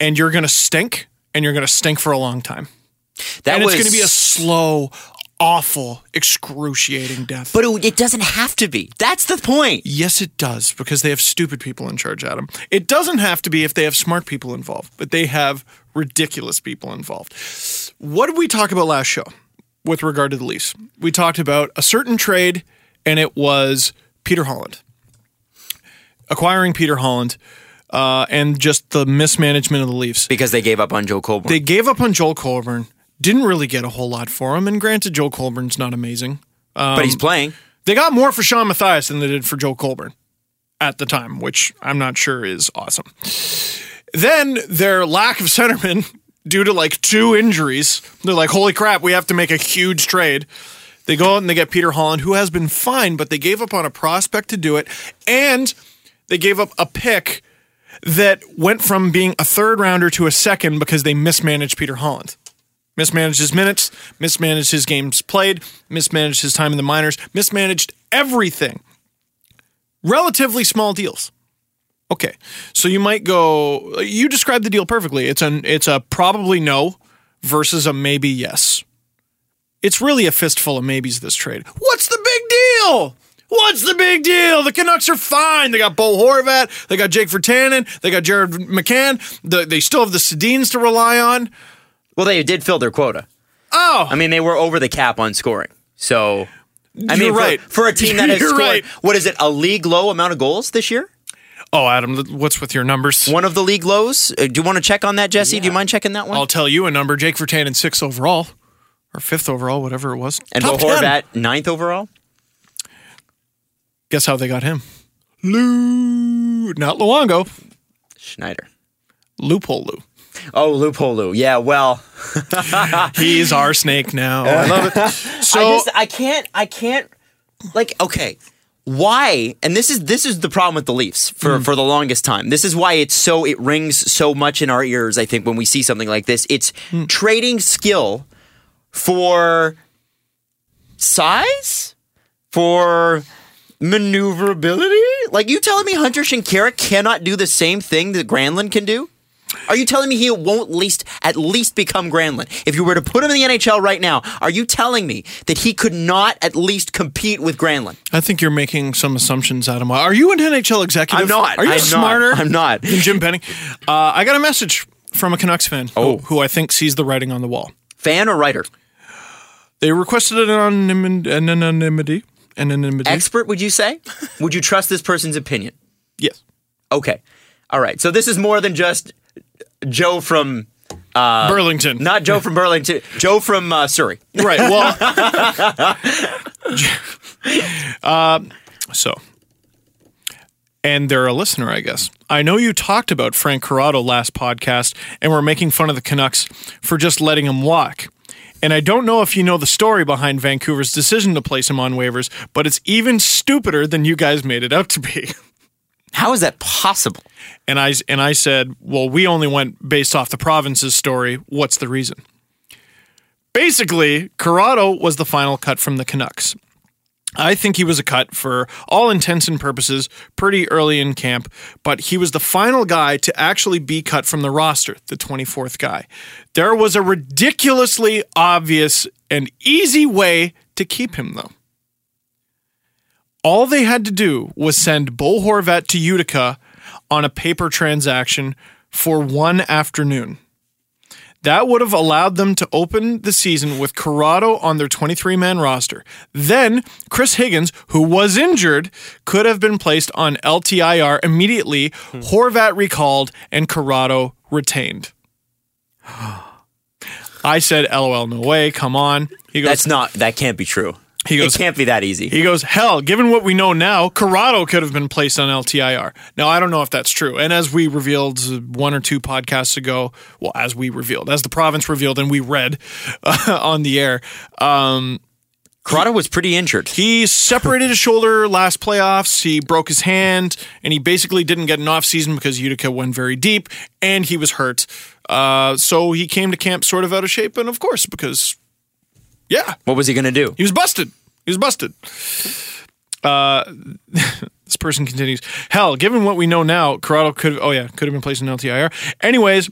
and you're going to stink, and you're going to stink for a long time that and was it's going to be a slow, awful, excruciating death. but it, it doesn't have to be. That's the point. yes, it does because they have stupid people in charge, Adam. It doesn't have to be if they have smart people involved, but they have ridiculous people involved. What did we talk about last show with regard to the Leafs? We talked about a certain trade, and it was Peter Holland acquiring Peter Holland. Uh, and just the mismanagement of the Leafs. Because they gave up on Joe Colborne. They gave up on Joel Colburn. Didn't really get a whole lot for him. And granted, Joel Colburn's not amazing. but he's playing. They got more for Sean Matthias than they did for Joel Colburn at the time, which I'm not sure is awesome. Then their lack of centerman due to like two injuries, they're like, holy crap, we have to make a huge trade. They go out and they get Peter Holland, who has been fine, but they gave up on a prospect to do it. And they gave up a pick that went from being a third rounder to a second because they mismanaged Peter Holland mismanaged his minutes, mismanaged his games played, mismanaged his time in the minors, mismanaged everything. Relatively small deals. Okay, so you might go. You described the deal perfectly. It's an it's a probably no versus a maybe yes. It's really a fistful of maybes this trade. What's the big deal? What's the big deal? The Canucks are fine. They got Bo Horvat. They got Jake Vertanen. They got Jared McCann. The, they still have the Sedines to rely on. Well, they did fill their quota. Oh, I mean, they were over the cap on scoring. So, I You're mean, for- right. for, a team that has You're scored, right. what is it, a league low amount of goals this year? Oh, Adam, th- what's with your numbers? One of the league lows? Uh, do you want to check on that, Jesse? Do you mind checking that one? I'll tell you a number. Jake Vertanen, sixth overall, or fifth overall, whatever it was. and Bo Top 10. Horvat, ninth overall? Guess how they got him? Lou, not Luongo. Schneider. Loophole Lou. Oh, loophole Lou. Yeah, well, He's our snake now. I love it. So, I just, I can't, I can't, like, okay. Why? And this is this is the problem with the Leafs for, for the longest time. This is why it's so it rings so much in our ears. I think when we see something like this, it's trading skill for size, for maneuverability. Like you telling me Hunter Shinkarik cannot do the same thing that Granlund can do? Are you telling me he won't least at least become Granlund? If you were to put him in the NHL right now, are you telling me that he could not at least compete with Granlund? I think you're making some assumptions, Adam. Are you an NHL executive? I'm not. Are you I'm not. smarter? I'm not. Than Jim Penning. Uh, I got a message from a Canucks fan who- Oh. who I think sees the writing on the wall. Fan or writer? They requested an anonymity. An anonymity. An anonymity. Expert, would you say? Would you trust this person's opinion? yes. Okay. All right. So this is more than just Joe from Uh, Burlington. not Joe from Burlington, Joe from uh, Surrey. Right. Well, uh, so and they're a listener, I guess. I know you talked about Frank Corrado last podcast, and we're making fun of the Canucks for just letting him walk. And I don't know if you know the story behind Vancouver's decision to place him on waivers, but it's even stupider than you guys made it out to be. How is that possible? And I and I said, "Well, we only went based off the province's story. What's the reason?" Basically, Corrado was the final cut from the Canucks. I think he was a cut for all intents and purposes pretty early in camp, but he was the final guy to actually be cut from the roster, the 24th guy. There was a ridiculously obvious and easy way to keep him, though. All they had to do was send Bo Horvat to Utica on a paper transaction for one afternoon. That would have allowed them to open the season with Corrado on their 23 man roster. Then Chris Higgins, who was injured, could have been placed on LTIR immediately, Horvat recalled, and Corrado retained. I said, LOL, no way, come on. He goes, That's not. That can't be true. He goes- it can't be that easy. he goes, hell, given what we know now, Corrado could have been placed on LTIR. Now, I don't know if that's true. And as we revealed one or two podcasts ago, well, as we revealed, as the province revealed and we read uh, on the air, Corrado was pretty injured. he separated his shoulder last playoffs. He broke his hand, and he basically didn't get an off season because Utica went very deep, and he was hurt. Uh, so he came to camp sort of out of shape, and of course, because, yeah, What was he going to do? He was busted. He was busted. Uh, this person continues. Hell, given what we know now, Corrado could. Oh yeah, could have been placed in LTIR. Anyways,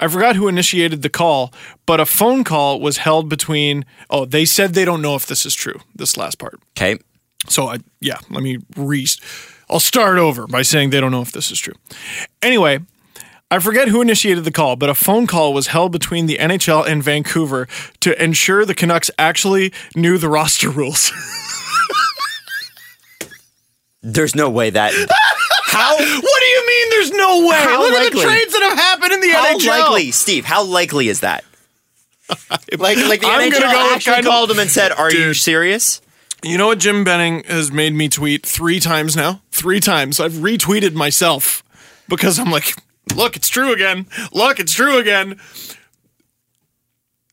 I forgot who initiated the call, but a phone call was held between. Oh, they said they don't know if this is true. This last part. Okay. So I yeah, let me re I'll start over by saying they don't know if this is true. Anyway, I forget who initiated the call, but a phone call was held between the NHL and Vancouver to ensure the Canucks actually knew the roster rules. There's no way that. How? What do you mean there's no way? How Look at the likely? trades that have happened in the How NHL. likely, Steve? How likely is that? Like, like the I'm NHL gonna go with actually kind of- called him and said, "Are you Dude. serious?" You know what Jim Benning has made me tweet three times now? Three times. I've retweeted myself because I'm like, look, it's true again. Look, it's true again.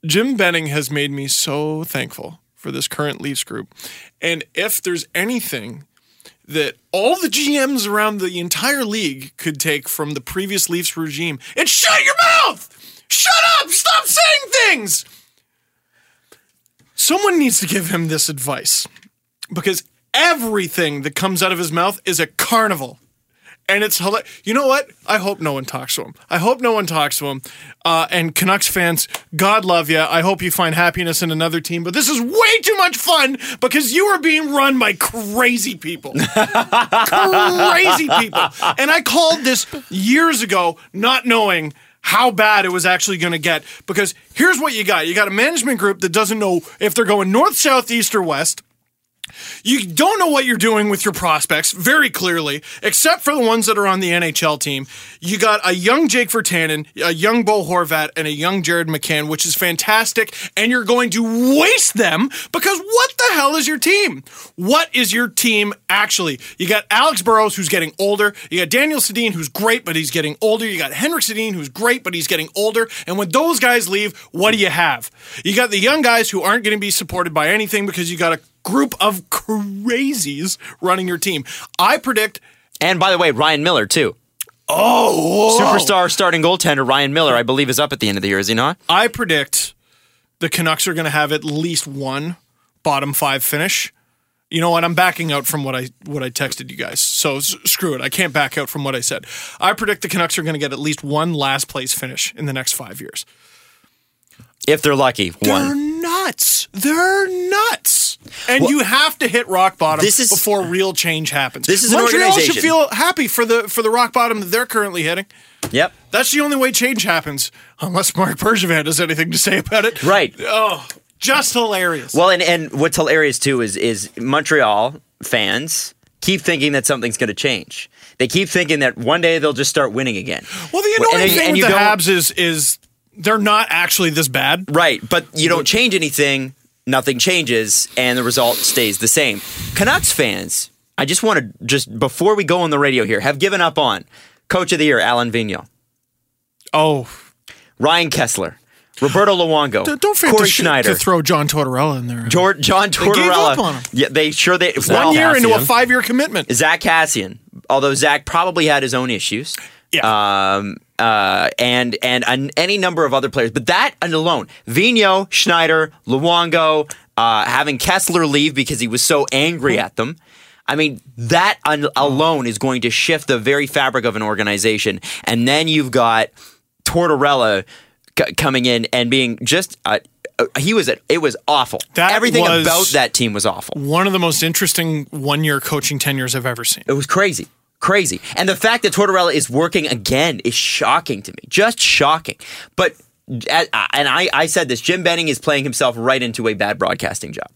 Jim Benning has made me so thankful for this current Leafs group. And if there's anything that all the GMs around the entire league could take from the previous Leafs regime, it's shut your mouth! Shut up! Stop saying things! Someone needs to give him this advice because everything that comes out of his mouth is a carnival. And it's hilarious. You know what? I hope no one talks to him. I hope no one talks to him. Uh, and Canucks fans, God love you. I hope you find happiness in another team. But this is way too much fun because you are being run by crazy people. crazy people. And I called this years ago, not knowing how bad it was actually going to get. Because here's what you got you got a management group that doesn't know if they're going north, south, east, or west. You don't know what you're doing with your prospects, very clearly, except for the ones that are on the NHL team. You got a young Jake Vertanen, a young Bo Horvat, and a young Jared McCann, which is fantastic, and you're going to waste them because what the hell is your team? What is your team actually? You got Alex Burrows, who's getting older. You got Daniel Sedin, who's great, but he's getting older. You got Henrik Sedin, who's great, but he's getting older. And when those guys leave, what do you have? You got the young guys who aren't going to be supported by anything because you got a group of crazies running your team. I predict. And by the way, Ryan Miller too. Oh, Superstar starting goaltender Ryan Miller, I believe, is up at the end of the year. Is he not? I predict the Canucks are going to have at least one bottom five finish. You know what? I'm backing out from what I what I texted you guys. So s- screw it. I can't back out from what I said. I predict the Canucks are going to get at least one last place finish in the next five years. If they're lucky, They're one. nuts. They're nuts. And you have to hit rock bottom This is- before real change happens. This is an Montreal should organization. feel happy for the for the rock bottom that they're currently hitting. Yep. That's the only way change happens, unless Mark Bergevin has anything to say about it. Right. Oh, just hilarious. Well, and and what's hilarious too is is Montreal fans keep thinking that something's going to change. They keep thinking that one day they'll just start winning again. Well, the Well, annoying and- thing and with you the don't- Habs is is they're not actually this bad. Right, but you don't change anything, nothing changes, and the result stays the same. Canucks fans I just want to just before we go on the radio here, have given up on Coach of the Year Alan Vigneault, Oh, Ryan Kessler, Roberto Luongo, d- don't forget to, Corey sh- Schneider, to throw John Tortorella in there. Jor- John Tortorella. gave up on him. Yeah, they sure they One well, year into a Cassian. five-year commitment. Zach Cassian, although Zach probably had his own issues. Yeah. Um, uh, and and an, any number of other players, but that and alone, Vino, Schneider, Luongo, uh, having Kessler leave because he was so angry at them. I mean, that un- alone is going to shift the very fabric of an organization. And then you've got Tortorella c- coming in and being just. Uh, uh, he was a, it was awful. That Everything was- about that team was awful. One of the most interesting one-year coaching tenures I've ever seen. It was crazy. Crazy. And the fact that Tortorella is working again is shocking to me. Just shocking. But, and I, I said this Jim Benning is playing himself right into a bad broadcasting job.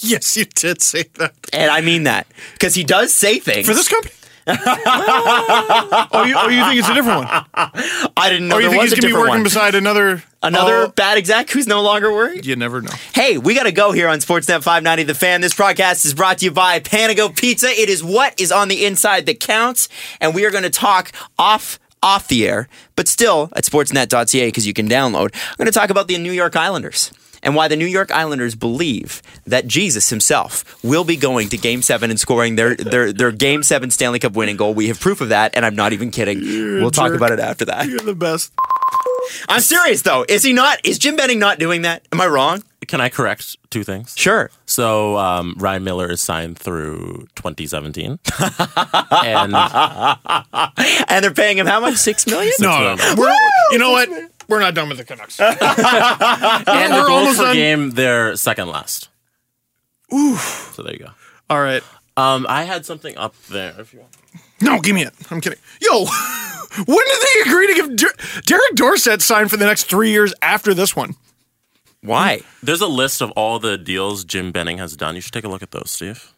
Yes, you did say that And I mean that because he does say things. for this company. oh, you, oh, you think it's a different one? I didn't know Oh, you there think was he's a going to be different working one. beside another Another Oh, bad exec who's no longer worried. you never know. Hey, we got to go here on Sportsnet 590 The Fan. This broadcast is brought to you by Panago Pizza. It is what is on the inside that counts, and we are going to talk off off the air, but still at sportsnet.ca because you can download. I'm going to talk about the New York Islanders and why the New York Islanders believe that Jesus himself will be going to game 7 and scoring their their their game 7 Stanley Cup winning goal. We have proof of that, and I'm not even kidding. we'll talk jerk. about it after that. You're the best. I'm serious though. Is he not? Is Jim Benning not doing that? Am I wrong? Can I correct two things? Sure. So um, Ryan Miller is signed through 2017, and and they're paying him how much? Six million? Oh, No, no, no. We're, you know what? We're not done with the Canucks. We're and the goals almost per done. game they're second last. Ooh. So there you go. All right. Um, I had something up there. If you want. No, give me it. I'm kidding. Yo, when did they agree to give Der- Derek Dorsett signed for the next three years after this one? Why? There's a list of all the deals Jim Benning has done. You should take a look at those, Steve.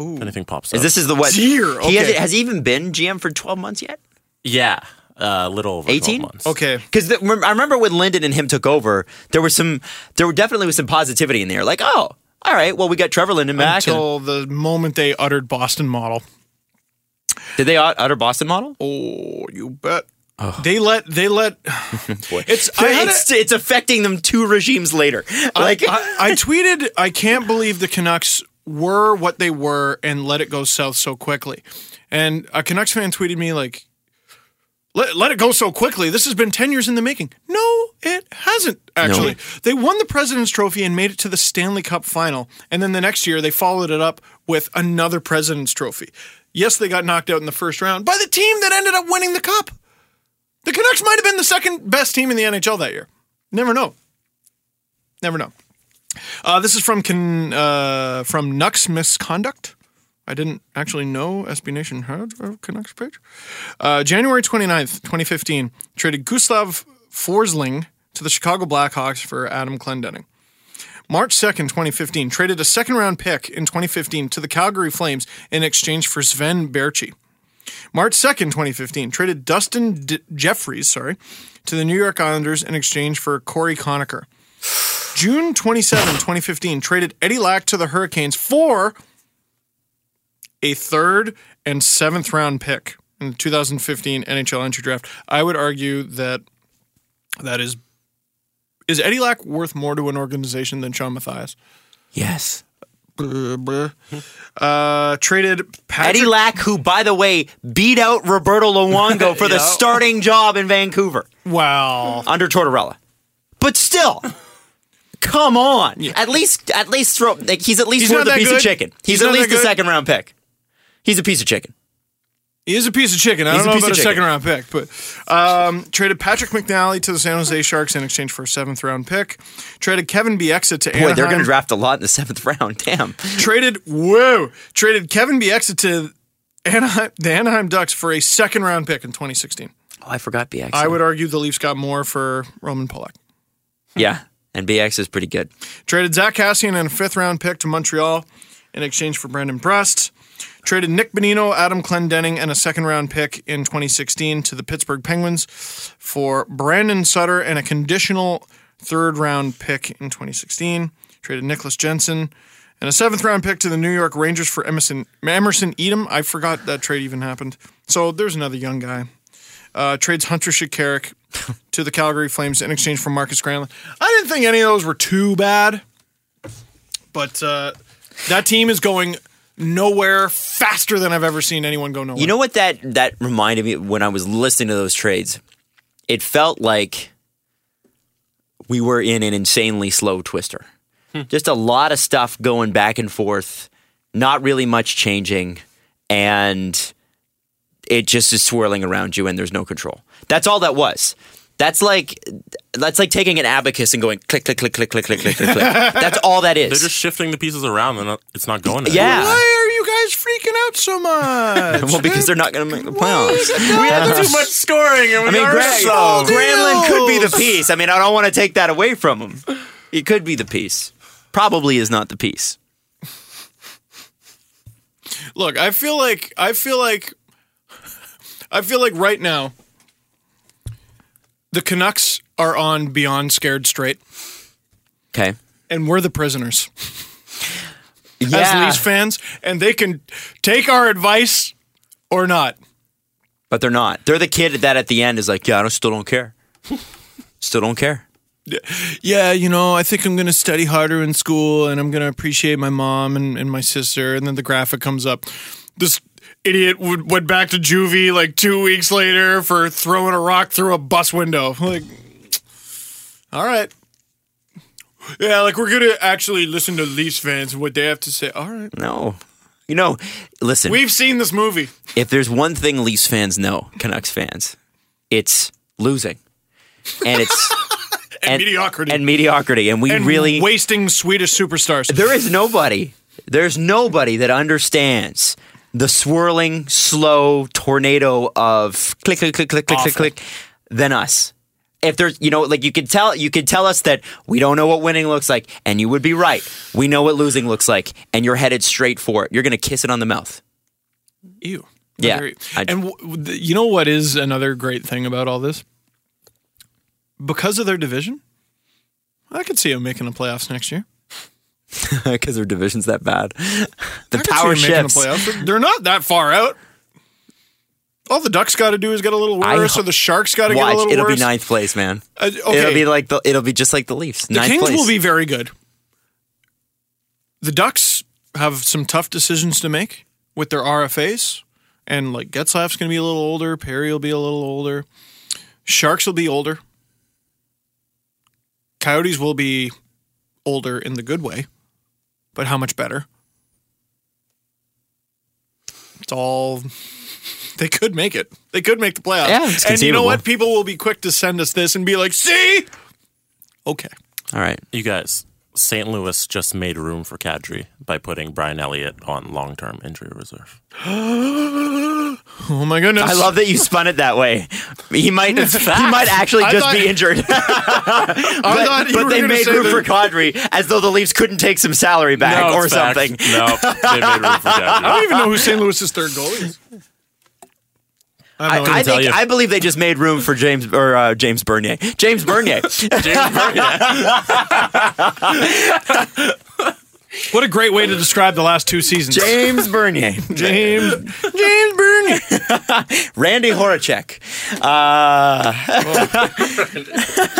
Ooh. If anything pops up. Is this is the what? Dear, He has, okay. has he even been GM for twelve months yet? Yeah, uh, a little over 18? 12 months. Okay. Because I remember when Linden and him took over, there was some, there were definitely was some positivity in there. Like, oh, all right, well, we got Trevor Linden back. and- Until the moment they uttered Boston model. did they out- utter Boston model? Oh, you bet. They let they let it's I had a- it's, it's affecting them two regimes later. Like, I, I tweeted, I can't believe the Canucks were what they were and let it go south so quickly. And a Canucks fan tweeted me like, let, let it go so quickly. This has been 10 years in the making. No, it hasn't, actually. They won the President's Trophy and made it to the Stanley Cup final. And then the next year, they followed it up with another President's Trophy. Yes, they got knocked out in the first round by the team that ended up winning the Cup. The Canucks might have been the second best team in the NHL that year. Never know. Never know. Uh, this is from can, uh, from Nux Misconduct. I didn't actually know SB Nation had a Canucks page. Uh, January 29th, 2015, traded Gustav Forsling to the Chicago Blackhawks for Adam Clendenning. March 2nd, 2015, traded a second round pick in 2015 to the Calgary Flames in exchange for Sven Berchi. March 2nd, 2015, traded Dustin D- Jeffries, sorry, to the New York Islanders in exchange for Corey Conacher. June 27, 2015, traded Eddie Lack to the Hurricanes for a third and seventh round pick in the 2015 NHL entry draft. I would argue that that is is Eddie Lack worth more to an organization than Sean Mathias? yes. Blah, blah. Uh, traded Patrick Eddie Lack, who by the way beat out Roberto Luongo for the Yeah. starting job in Vancouver. Wow. under Tortorella. But still, come on. At least, at least throw. Like, he's at least He's worth not a that piece good. of chicken. He's, He's at not least that a good. second round pick. He's a piece of chicken. He is a piece of chicken. I He's don't a know piece about a of chicken. second round pick, but um, traded Patrick McNally to the San Jose Sharks in exchange for a seventh round pick. Traded Kevin Bieksa to Boy, Anaheim. they're going to draft a lot in the seventh round. Damn. traded whoa traded Kevin Bieksa to Anaheim, the Anaheim Ducks for a second round pick in 2016. Oh, I forgot BX. I would argue the Leafs got more for Roman Pollock. Yeah, and BX is pretty good. Traded Zach Cassian and a fifth round pick to Montreal in exchange for Brandon Prest. Traded Nick Benino, Adam Clendenning, and a second round pick in 2016 to the Pittsburgh Penguins for Brandon Sutter and a conditional third round pick in 2016. Traded Nicholas Jensen and a seventh round pick to the New York Rangers for Emerson Emerson Edom. I forgot that trade even happened. So there's another young guy. Uh, trades Hunter Shekarik to the Calgary Flames in exchange for Marcus Granlund. I didn't think any of those were too bad, but uh, that team is going nowhere faster than I've ever seen anyone go nowhere. You know what that that reminded me when I was listening to those trades? It felt like we were in an insanely slow twister. Hmm. Just a lot of stuff going back and forth, not really much changing, and it just is swirling around you and there's no control. That's all that was. That's like that's like taking an abacus and going click click click click click click click click. click. That's all that is. They're just shifting the pieces around, and not- it's not going. anywhere. yeah. why are you guys freaking out so much? Well, because they're not going to make the playoffs. we had Too much scoring, and we I mean, are Greg, so. Granlund could be the piece. I mean, I don't want to take that away from him. He could be the piece. Probably is not the piece. Look, I feel like I feel like I feel like right now the Canucks are on beyond scared straight Okay. and we're the prisoners as Yeah, Leafs fans and they can take our advice or not. but they're not. They're the kid that at the end is like, yeah, I don't, still don't care. Still don't care. Yeah, you know, I think I'm going to study harder in school and I'm going to appreciate my mom and, and my sister. And then the graphic comes up. This idiot would, went back to juvie like two weeks later for throwing a rock through a bus window. Like, all right. Yeah, like we're going to actually listen to Leafs fans and what they have to say. All right. No. You know, listen, We've seen this movie. if there's one thing Leafs fans know, Canucks fans, it's losing. And it's. and, mediocrity. And mediocrity. And we And really. wasting Swedish superstars. there is nobody there's nobody that understands the swirling slow tornado of click click click click click click click than us if there's you know like you could tell you could tell us that we don't know what winning looks like and you would be right we know what losing looks like and you're headed straight for it you're gonna kiss it on the mouth Ew. Yeah. Very- I- and w- w- th- you know what is another great thing about all this? Because of their division, I could see them making the playoffs next year. because their division's that bad the I could power see 'em making shifts the playoffs. They're- They're not that far out. All the Ducks got to do is get a little I worse, ho- or the Sharks got to get a watch little it'll worse. be ninth place man Uh, okay. it'll be like the it'll be just like the leafs the ninth Kings place will be very good. The Ducks have some tough decisions to make with their RFAs, and like Getzlaff's going to be a little older. Perry will be a little older. Sharks will be older. Coyotes will be older in the good way, but how much better? It's all. They could make it. They could make the playoffs. Yeah, it's and you know conceivable. what? People will be quick to send us this and be like, "See, okay." all right You guys, St. Louis just made room for Kadri by putting Brian Elliott on long-term injury reserve. Oh my goodness! I love that you spun it that way. He might he might actually I just thought- be injured. but I thought you but were they gonna made say room that- for Kadri as though the Leafs couldn't take some salary back No, or it's fact. something. No, they made room for I Kadri. don't even know who St. Louis's third goalie is. I, I tell think you. I believe they just made room for James or uh, James Bernier. James Bernier. James Bernier. What a great way to describe the last two seasons. James Bernier. James, James Bernier. Randy Horacek. Uh,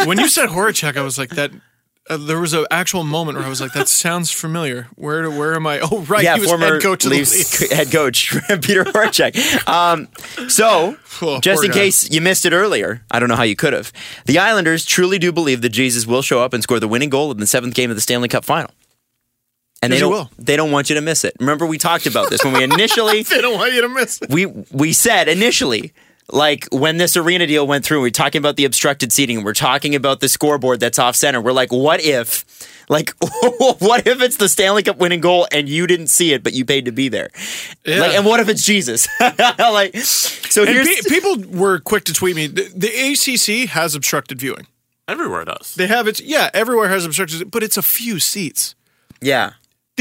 When you said Horacek, I was like that. Uh, there was an actual moment where I was like, "That sounds familiar. Where where am I? Oh, right, yeah, he was former head coach of the Leafs league. head coach Peter Horacek. Um, so, Oh, just poor in guy. case you missed it earlier, I don't know how you could have. The Islanders truly do believe that Jesus will show up and score the winning goal in the seventh game of the Stanley Cup final. And they Yes, he don't. will. They don't want you to miss it. Remember, we talked about this when we initially They don't want you to miss it. we we said initially like when this arena deal went through we are talking about the obstructed seating we're talking about the scoreboard that's off center we're like what if like what if it's the Stanley Cup winning goal and you didn't see it but you paid to be there like and what if it's Jesus like so And here's pe- people were quick to tweet me. The, the ACC has obstructed viewing. Everywhere does. They have it. Yeah, everywhere has obstructed, but it's a few seats. yeah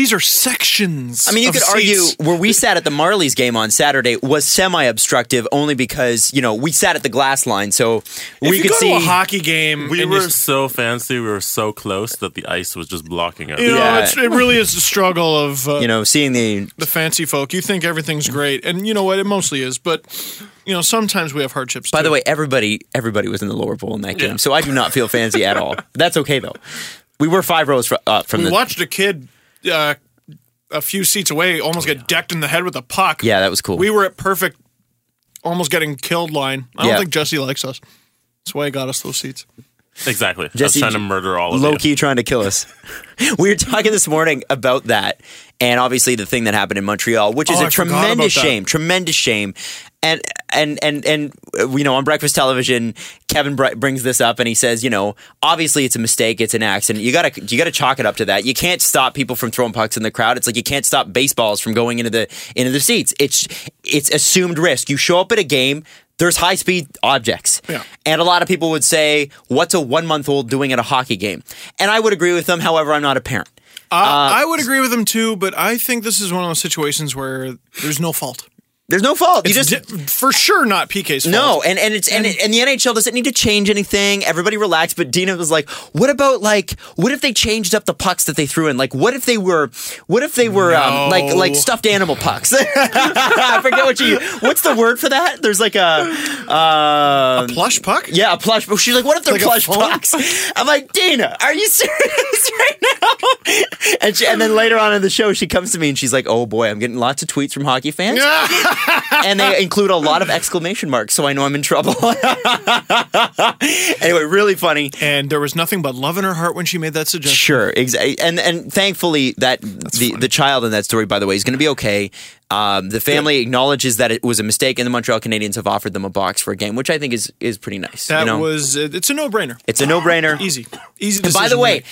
These are sections. I mean, you of could seats. argue where we sat at the Marlies game on Saturday was semi-obstructive only because you know we sat at the glass line, so If we you could go see. to a hockey game. We and were you- so fancy. We were so close that the ice was just blocking us. You know, Yeah. it's, it really is a struggle of uh, you know, seeing the the fancy folk. You think everything's great, and you know what? It mostly is, but you know sometimes we have hardships. By the way, everybody everybody was in the lower bowl in that game, so I do not feel fancy at all. That's okay though. We were five rows fr- up from we the. watched a kid uh, a few seats away almost get decked in the head with a puck. Yeah, that was cool. we were at perfect, almost getting killed line. I don't Yeah. think Jesse likes us. That's why he got us those seats. Exactly. Jesse, I was trying to murder all of low you. key trying to kill us. we were talking this morning about that, and obviously the thing that happened in Montreal, which is Oh, a I forgot about tremendous that. shame, tremendous shame. And and and and uh, you know, on breakfast television, Kevin Br- brings this up, and he says, you know, obviously it's a mistake, it's an accident. You gotta you gotta chalk it up to that. You can't stop people from throwing pucks in the crowd. It's like you can't stop baseballs from going into the into the seats. It's it's assumed risk. You show up at a game. There's high speed objects. Yeah. And a lot of people would say, What's a one month old doing at a hockey game? And I would agree with them. However, I'm not a parent. I, I would agree with him too, but I think this is one of those situations where there's no fault. There's no fault. You just. Di- for sure not PK's fault. no, and, and it's and, and the NHL doesn't need to change anything. Everybody relax. But Dina was like, "What about like? What if they changed up the pucks that they threw in? Like, what if they were, what if they were um, like like No. stuffed animal pucks? I forget what you. What's the word for that? There's like a uh, plush puck. yeah, a plush. She's like, what if they're Like a plush phone? pucks? I'm like, Dana, are you serious right now? And she, and then later on in the show, she comes to me and she's like, oh boy, I'm getting lots of tweets from hockey fans, and they include a lot of exclamation marks, so I know I'm in trouble. anyway, really funny. and there was nothing but love in her heart when she made that suggestion. Sure, exactly, and and thankfully that the, the child in that story, by the way, is going to be okay. Um, the family acknowledges that it was a mistake, and the Montreal Canadiens have offered them a box for a game, which I think is is pretty nice. That you know? was uh, it's a no-brainer. it's a no brainer. easy, easy. And by the decision way, made.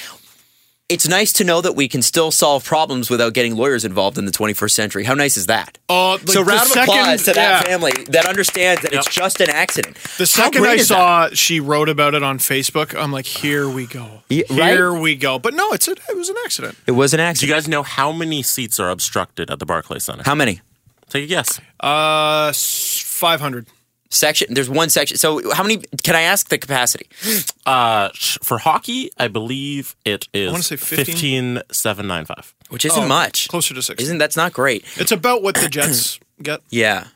it's nice to know that we can still solve problems without getting lawyers involved in the 21st century. How nice is that? Oh, like so the round of second- applause to that yeah. family that understands that it's Yep. just an accident. the second I saw she wrote about it on Facebook, I'm like, here we go, Y- right? here we go. But no, it's a, it was an accident. it was an Do accident. you guys know how many seats are obstructed at the Barclays Center? How many Take a guess. Uh, five hundred. section? There's one section. So how many? Can I ask the capacity? Uh, sh- for hockey, I believe it is wanna say 15. 15,795. Which isn't much. Oh, closer to six. Isn't that's not great? It's about what the Jets get, Yeah.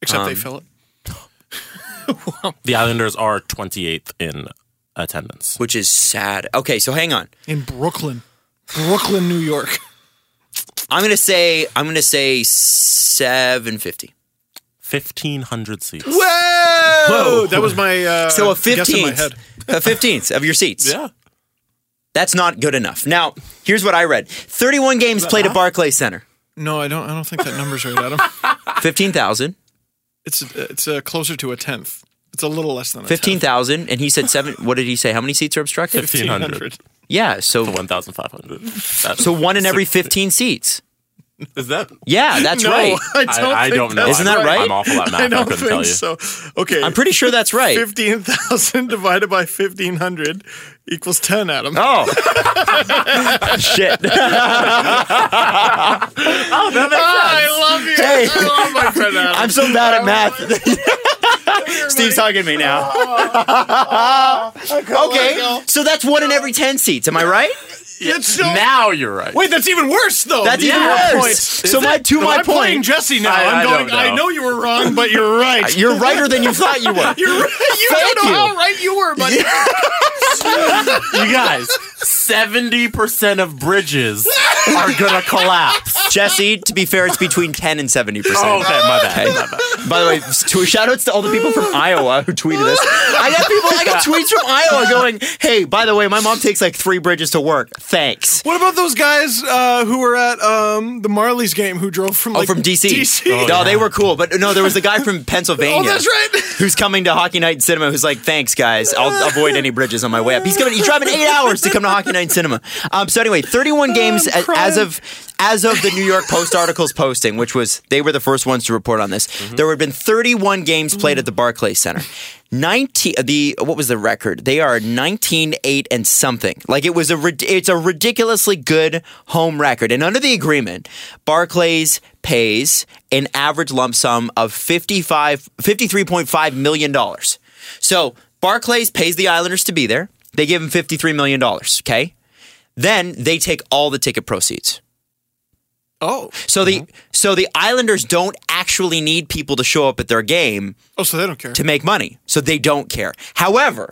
except Um. they fill it. The Islanders are 28th in attendance. Which is sad. Okay, so hang on. in Brooklyn, Brooklyn, New York. I'm gonna say I'm gonna say 750. 1,500 seats. Whoa, that was my uh, Oh, So a guess in my head. fifteenth, a fifteenth of your seats. Yeah. That's not good enough. Now, here's what I read: 31 games played at Barclays Center, No, I don't. I don't think that number's right, Adam. 15,000, It's it's uh, closer to a tenth. It's a little less than a 15,000, and he said seven. What did he say? How many seats are obstructed? 1,500. Yeah, so 1,500. so one in every 15 seats. Is that? Yeah, that's No, right. I I don't, I, think don't know. that's Isn't that I'm- right? I'm awful at math. I I, don't couldn't think tell so. you. Okay, I'm pretty sure that's right. fifteen thousand divided by fifteen hundred equals ten, Adam. Oh shit! Ah, I love you. Hey. I love my friend Adam. I'm so bad at math. Steve's hugging me now. okay, so that's one in every 10 seats. Am I right? It's so- Now you're right. Wait, that's even worse though. That's even Yeah. worse. Points. So my to my I'm playing point, Jesse now. I, I- I am going. don't know. I know you were wrong, but you're right. you're righter than you thought you were. You're right. You Thank don't know you. how right you were, but you guys, 70% of bridges are going to collapse. Jesse, to be fair, it's between 10 and 70%. Oh, okay, my bad. My bad. By the way, to, shout outs to all the people from Iowa who tweeted this. I got people, I got tweets from Iowa going, hey, by the way, my mom takes like three bridges to work. Thanks. What about those guys uh, who were at um, the Marley's game who drove from Oh, like, from Oh, DC. DC. no, they were cool. But no, there was the guy from Pennsylvania. Oh, that's right. Who's coming to Hockey Night Cinema who's like, thanks, guys. I'll avoid any bridges on my way up. He's coming, he's driving eight hours to come to Hockey night cinema. Um, so anyway, 31 Oh, games a- as of as of the New York Post articles posting, which was they were the first ones to report on this. There had been 31 games played at the Barclays Center. 19 the what was the record? They are 19 8 and something. Like it was a rid- it's a ridiculously good home record. And under the agreement, Barclays pays an average lump sum of 55 $53.5 million. dollars. So Barclays pays the Islanders to be there. They give him $53 million, okay? Then they take all the ticket proceeds. Oh, So the so the Islanders don't actually need people to show up at their game oh, so they don't care. to make money. So they don't care. However,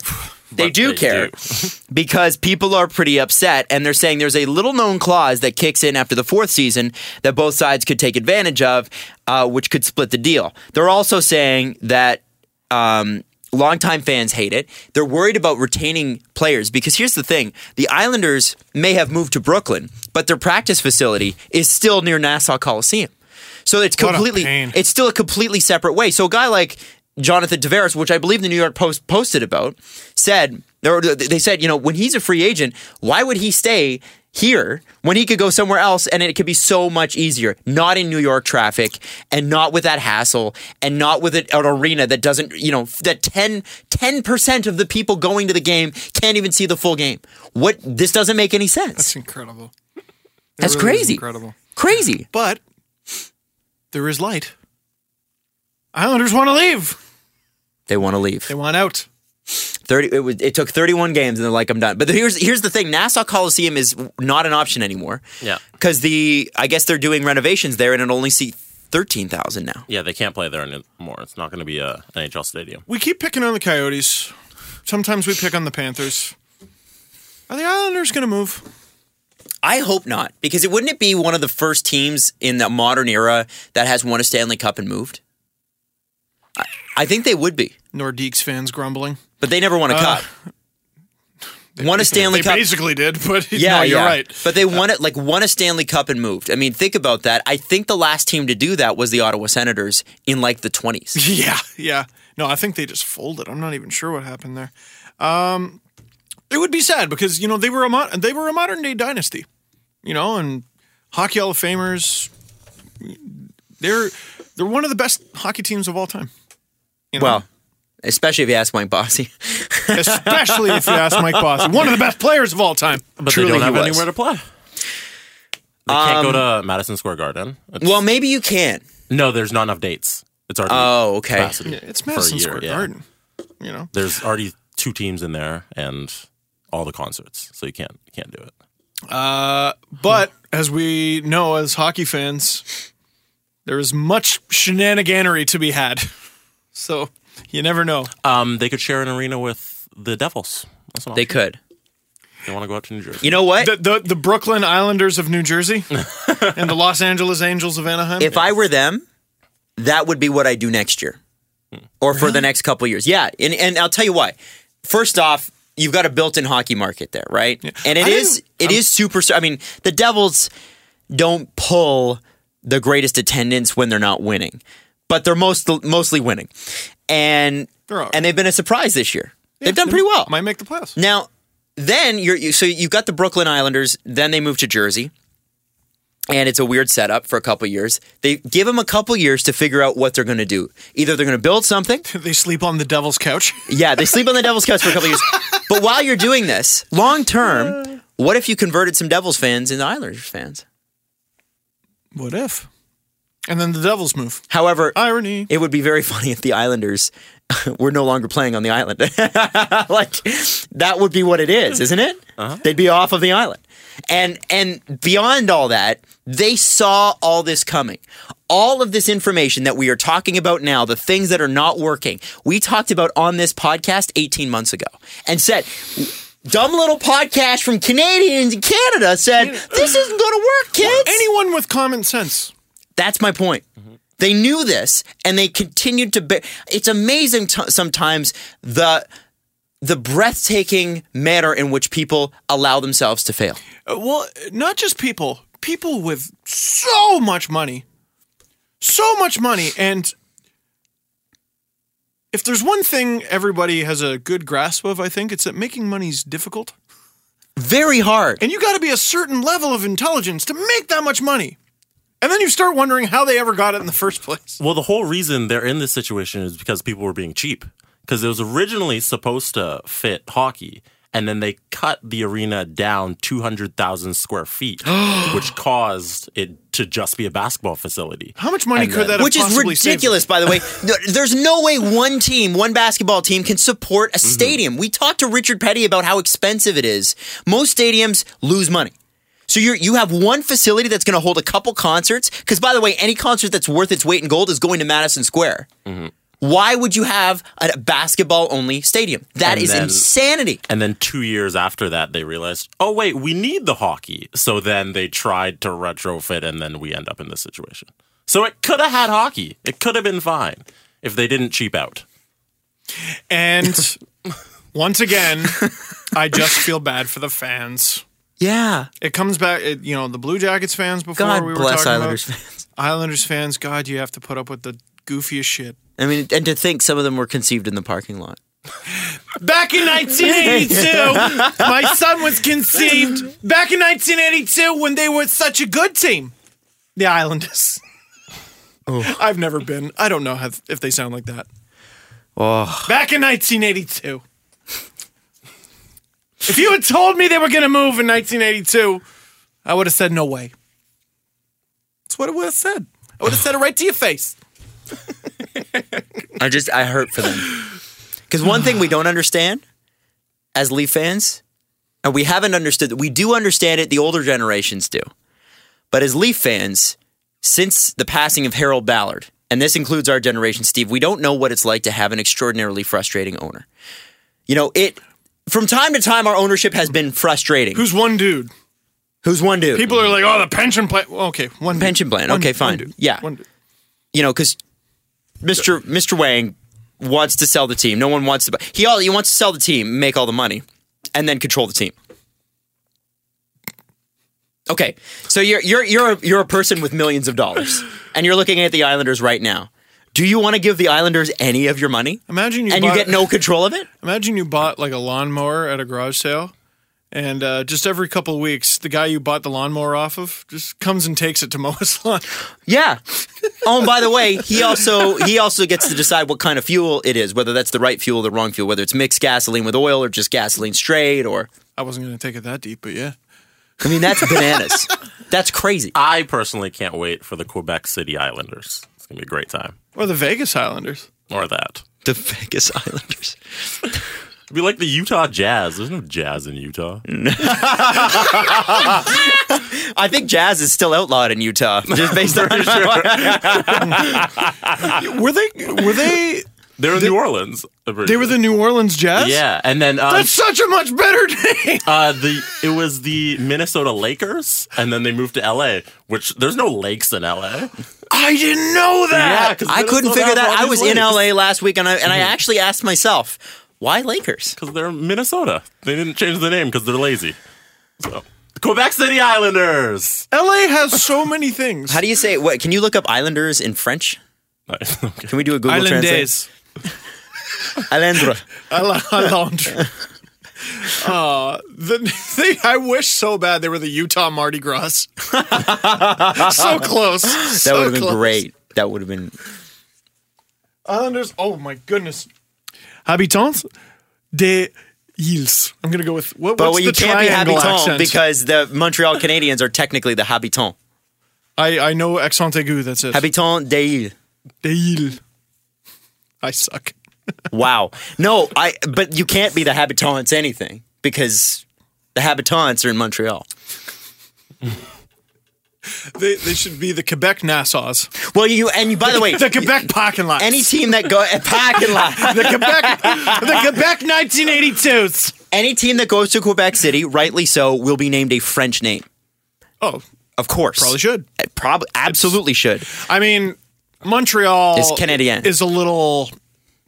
they do they care because people are pretty upset and they're saying there's a little known clause that kicks in after the fourth season that both sides could take advantage of, uh, which could split the deal. They're also saying that um, longtime fans hate it. They're worried about retaining players because here's the thing the Islanders may have moved to Brooklyn, but their practice facility is still near Nassau Coliseum. So it's What a completely pain. it's still a completely separate way. So a guy like Jonathan Tavares, which I believe the New York Post posted about, said or they said, you know, when he's a free agent, why would he stay here when he could go somewhere else and it could be so much easier, not in New York traffic and not with that hassle and not with an an arena that doesn't, you know, that 10 10% of the people going to the game can't even see the full game. What this doesn't make any sense. It's incredible. It That's really is crazy. Incredible. Crazy. But there is light. Islanders want to leave. They want to leave. They want out. 30 it, was, it took 31 games and they're like i'm done but here's here's the thing nassau coliseum is not an option anymore Yeah. because the i guess they're doing renovations there and it only seat 13000 now Yeah, they can't play there anymore. It's not going to be a NHL stadium. We keep picking on the Coyotes. Sometimes we pick on the Panthers. Are the Islanders going to move? i hope not because it wouldn't it be one of the first teams in the modern era that has won a stanley cup and moved i, I think they would be Nordiques fans grumbling. but they never won a Uh, cup won a stanley they cup basically did, but Yeah, no, you're yeah. right. Uh, But they won it like won a Stanley Cup and moved. I mean, think about that. I think the last team to do that was the Ottawa Senators in like the twenties. Yeah, yeah. No, I think they just folded. I'm not even sure what happened there. Um, it would be sad because you know they were a mo- they were a modern day dynasty, you know, and hockey Hall of Famers. They're they're one of the best hockey teams of all time. you know? Well, especially if you ask Mike Bossy. especially if you ask Mike Bossy, one of the best players of all time. But Truly they don't he have was. anywhere to play. They can't go Um, to Madison Square Garden. It's- Well, maybe you can. no, there's not enough dates. It's already Oh, okay. capacity It's for a Madison year, Square yeah. Garden, you know. There's already two teams in there and all the concerts, so you can't you can't do it. But as we know, as hockey fans, there is much shenaniganery to be had. So you never know. Um, they could share an arena with the Devils. That's an They option. could. They want to go out to New Jersey. You know what? The, the the Brooklyn Islanders of New Jersey and the Los Angeles Angels of Anaheim. if I were them, that would be what I do next year or for the next couple years. Yeah, and and I'll tell you why. First off, you've got a built-in hockey market there, right? And it I is it didn't- is super I mean, the Devils don't pull the greatest attendance when they're not winning, but they're most mostly winning. And They're all right. and they've been a surprise this year. they've done pretty well. might make the playoffs. Now, then you're you, so you've got the Brooklyn Islanders. Then they move to Jersey, and it's a weird setup for a couple years. They give them a couple years to figure out what they're going to do. Either they're going to build something. They sleep on the Devil's couch. Yeah, they sleep on the Devils' couch for a couple years. But while you're doing this, long term, what if you converted some Devils fans into Islanders fans? what if? And then the Devils move. However, Irony. It would be very funny if the Islanders were no longer playing on the island. like that would be what it is, isn't it? They'd be off of the island. And and beyond all that, they saw all this coming. All of this information that we are talking about now, the things that are not working, we talked about on this podcast 18 months ago and said, dumb little podcast from Canadians in Canada said, this isn't going to work, kids. Anyone with common sense. That's my point. They knew this and they continued to bear. It's amazing t- sometimes the the breathtaking manner in which people allow themselves to fail. Uh, well, not just people, people with so much money, so much money. And if there's one thing everybody has a good grasp of, I think, it's that making money's difficult. very hard. And you got to be a certain level of intelligence to make that much money. And then you start wondering how they ever got it in the first place. Well, the whole reason they're in this situation is because people were being cheap. Because it was originally supposed to fit hockey, and then they cut the arena down 200,000 square feet, which caused it to just be a basketball facility. How much money And could then- that have Which is possibly saved ridiculous, by the way. No- There's no way one team, one basketball team, can support Mm-hmm. a stadium. We talked to Richard Petty about how expensive it is. Most stadiums lose money. So you you have one facility that's going to hold a couple concerts. Because by the way, any concert that's worth its weight in gold is going to Madison Square. Mm-hmm. Why would you have a basketball only stadium? That And is then- insanity. And then two years after that, they realized, oh, wait, we need the hockey. So then they tried to retrofit, and then we end up in this situation. So it could have had hockey. It could have been fine if they didn't cheap out. And once again, I just feel bad for the fans. Yeah. It comes back, it, you know, the Blue Jackets fans before God we were bless talking Islanders about. fans. Islanders fans, God, you have to put up with the goofiest shit. I mean, and to think some of them were conceived in the parking lot. Back in 1982, my son was conceived. Back in 1982, when they were such a good team, the Islanders. I've never been. I don't know how, if they sound like that. Back in 1982. If you had told me they were going to move in 1982, I would have said no way. That's what I would have said. I would have said it right to your face. I just I hurt for them. Because one thing we don't understand as Leaf fans, and we haven't understood we do understand it, the older generations do. But as Leaf fans, since the passing of Harold Ballard, and this includes our generation, Steve, we don't know what it's like to have an extraordinarily frustrating owner. You know, it from time to time our ownership has been frustrating. Who's one dude? Who's one dude? People are like, oh, the pension plan. Okay, one dude. Pension plan. One- Okay, one fine. dude. Yeah. One dude. you know, because Mr. Mr. Wang wants to sell the team. No one wants to. Buy. He all he wants to sell the team, make all the money, and then control the team. Okay, so you're you're you're a, you're a person with millions of dollars, and you're looking at the Islanders right now. Do you want to give the Islanders any of your money? Imagine you and you bought- get no control of it. Imagine you bought like a lawnmower at a garage sale, and uh, just every couple of weeks, the guy you bought the lawnmower off of just comes and takes it to mow his lawn. Yeah. Oh, and by the way, he also he also gets to decide what kind of fuel it is, whether that's the right fuel, or the wrong fuel, whether it's mixed gasoline with oil or just gasoline straight, or I wasn't going to take it that deep, but yeah. I mean, that's bananas. that's crazy. I personally can't wait for the Quebec City Islanders. It's going to be a great time. Or the Vegas Islanders. Or that. The Vegas Islanders. It'd be like the Utah Jazz. There's no jazz in Utah. I think jazz is still outlawed in Utah, just based on Were they? Were they? They're in New Orleans. I'm pretty They were sure. the New Orleans Jazz. yeah, and then um, that's such a much better name. uh, the it was the Minnesota Lakers, and then they moved to L.A., which there's no lakes in L.A. I didn't know that. 'cause I couldn't Minnesota figure has that. all I these was in lakes. LA last week, and I and I actually asked myself, why Lakers? because they're Minnesota. They didn't change the name because they're lazy. So Quebec City Islanders. LA has so many things. How do you say? What can you look up Islanders in French? Nice. Okay. Can we do a Google translate? Islanders. Islandra. Islanders. Uh, the, they, I wish so bad they were the Utah Mardi Gras. so close. That would have been great. That would have been. Islanders. Oh my goodness. Habitants des îles. I'm gonna go with what, But what's you the can't be triangle habitant accent? because the Montreal Canadiens are technically the habitant. I I know accent aigu. That's it. Habitant des îles. des îles. I suck. Wow. No, I. But you can't be the habitants anything because the habitants are in Montreal. They they should be the Quebec Nassau's. Well, you and you. By the way, The Quebec parking lot. any team that go a parking lot, the Quebec the Quebec 1982s. any team that goes to Quebec City, rightly so, will be named a French name. Oh, Of course, probably should. Probably, absolutely should. I mean, Montreal Is Canadian. is a little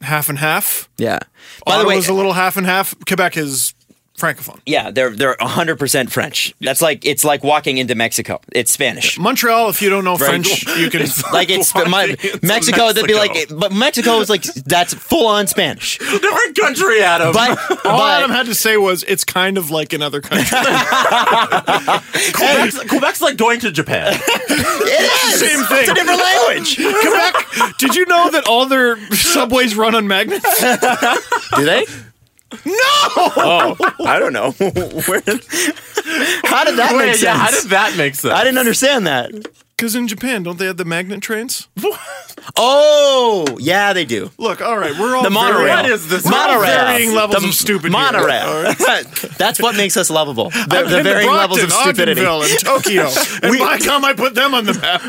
half and half. Yeah. By By the way, a little half and half. Quebec is francophone. Yeah, they're they're 100% French. That's like it's like walking into Mexico. It's Spanish. Montreal, if you don't know Right. French, you can. Like it's Walking my, into Mexico, they'd be like, Mexico. but Mexico is like that's full on Spanish. Different country, Adam. But all but- Adam had to say was, "It's kind of like another country." Quebec's, Quebec's like going to Japan. it is Same thing. It's a different language. Quebec. Did you know that all their subways run on magnets? Do they? No. Oh, I don't know. Where? How did that make Wait, sense? yeah, how did that make sense? I didn't understand that. Because in Japan, don't they have the magnet trains? Oh, yeah, they do. Look, all right, we're all The monorail. Very, What is this? Monorail. Varying levels the of stupid here. All Monorail. That's what makes us lovable. The, I've the been to varying levels of Brockton, stupidity. Ogdenville, and Tokyo. and by come, I put them on the map.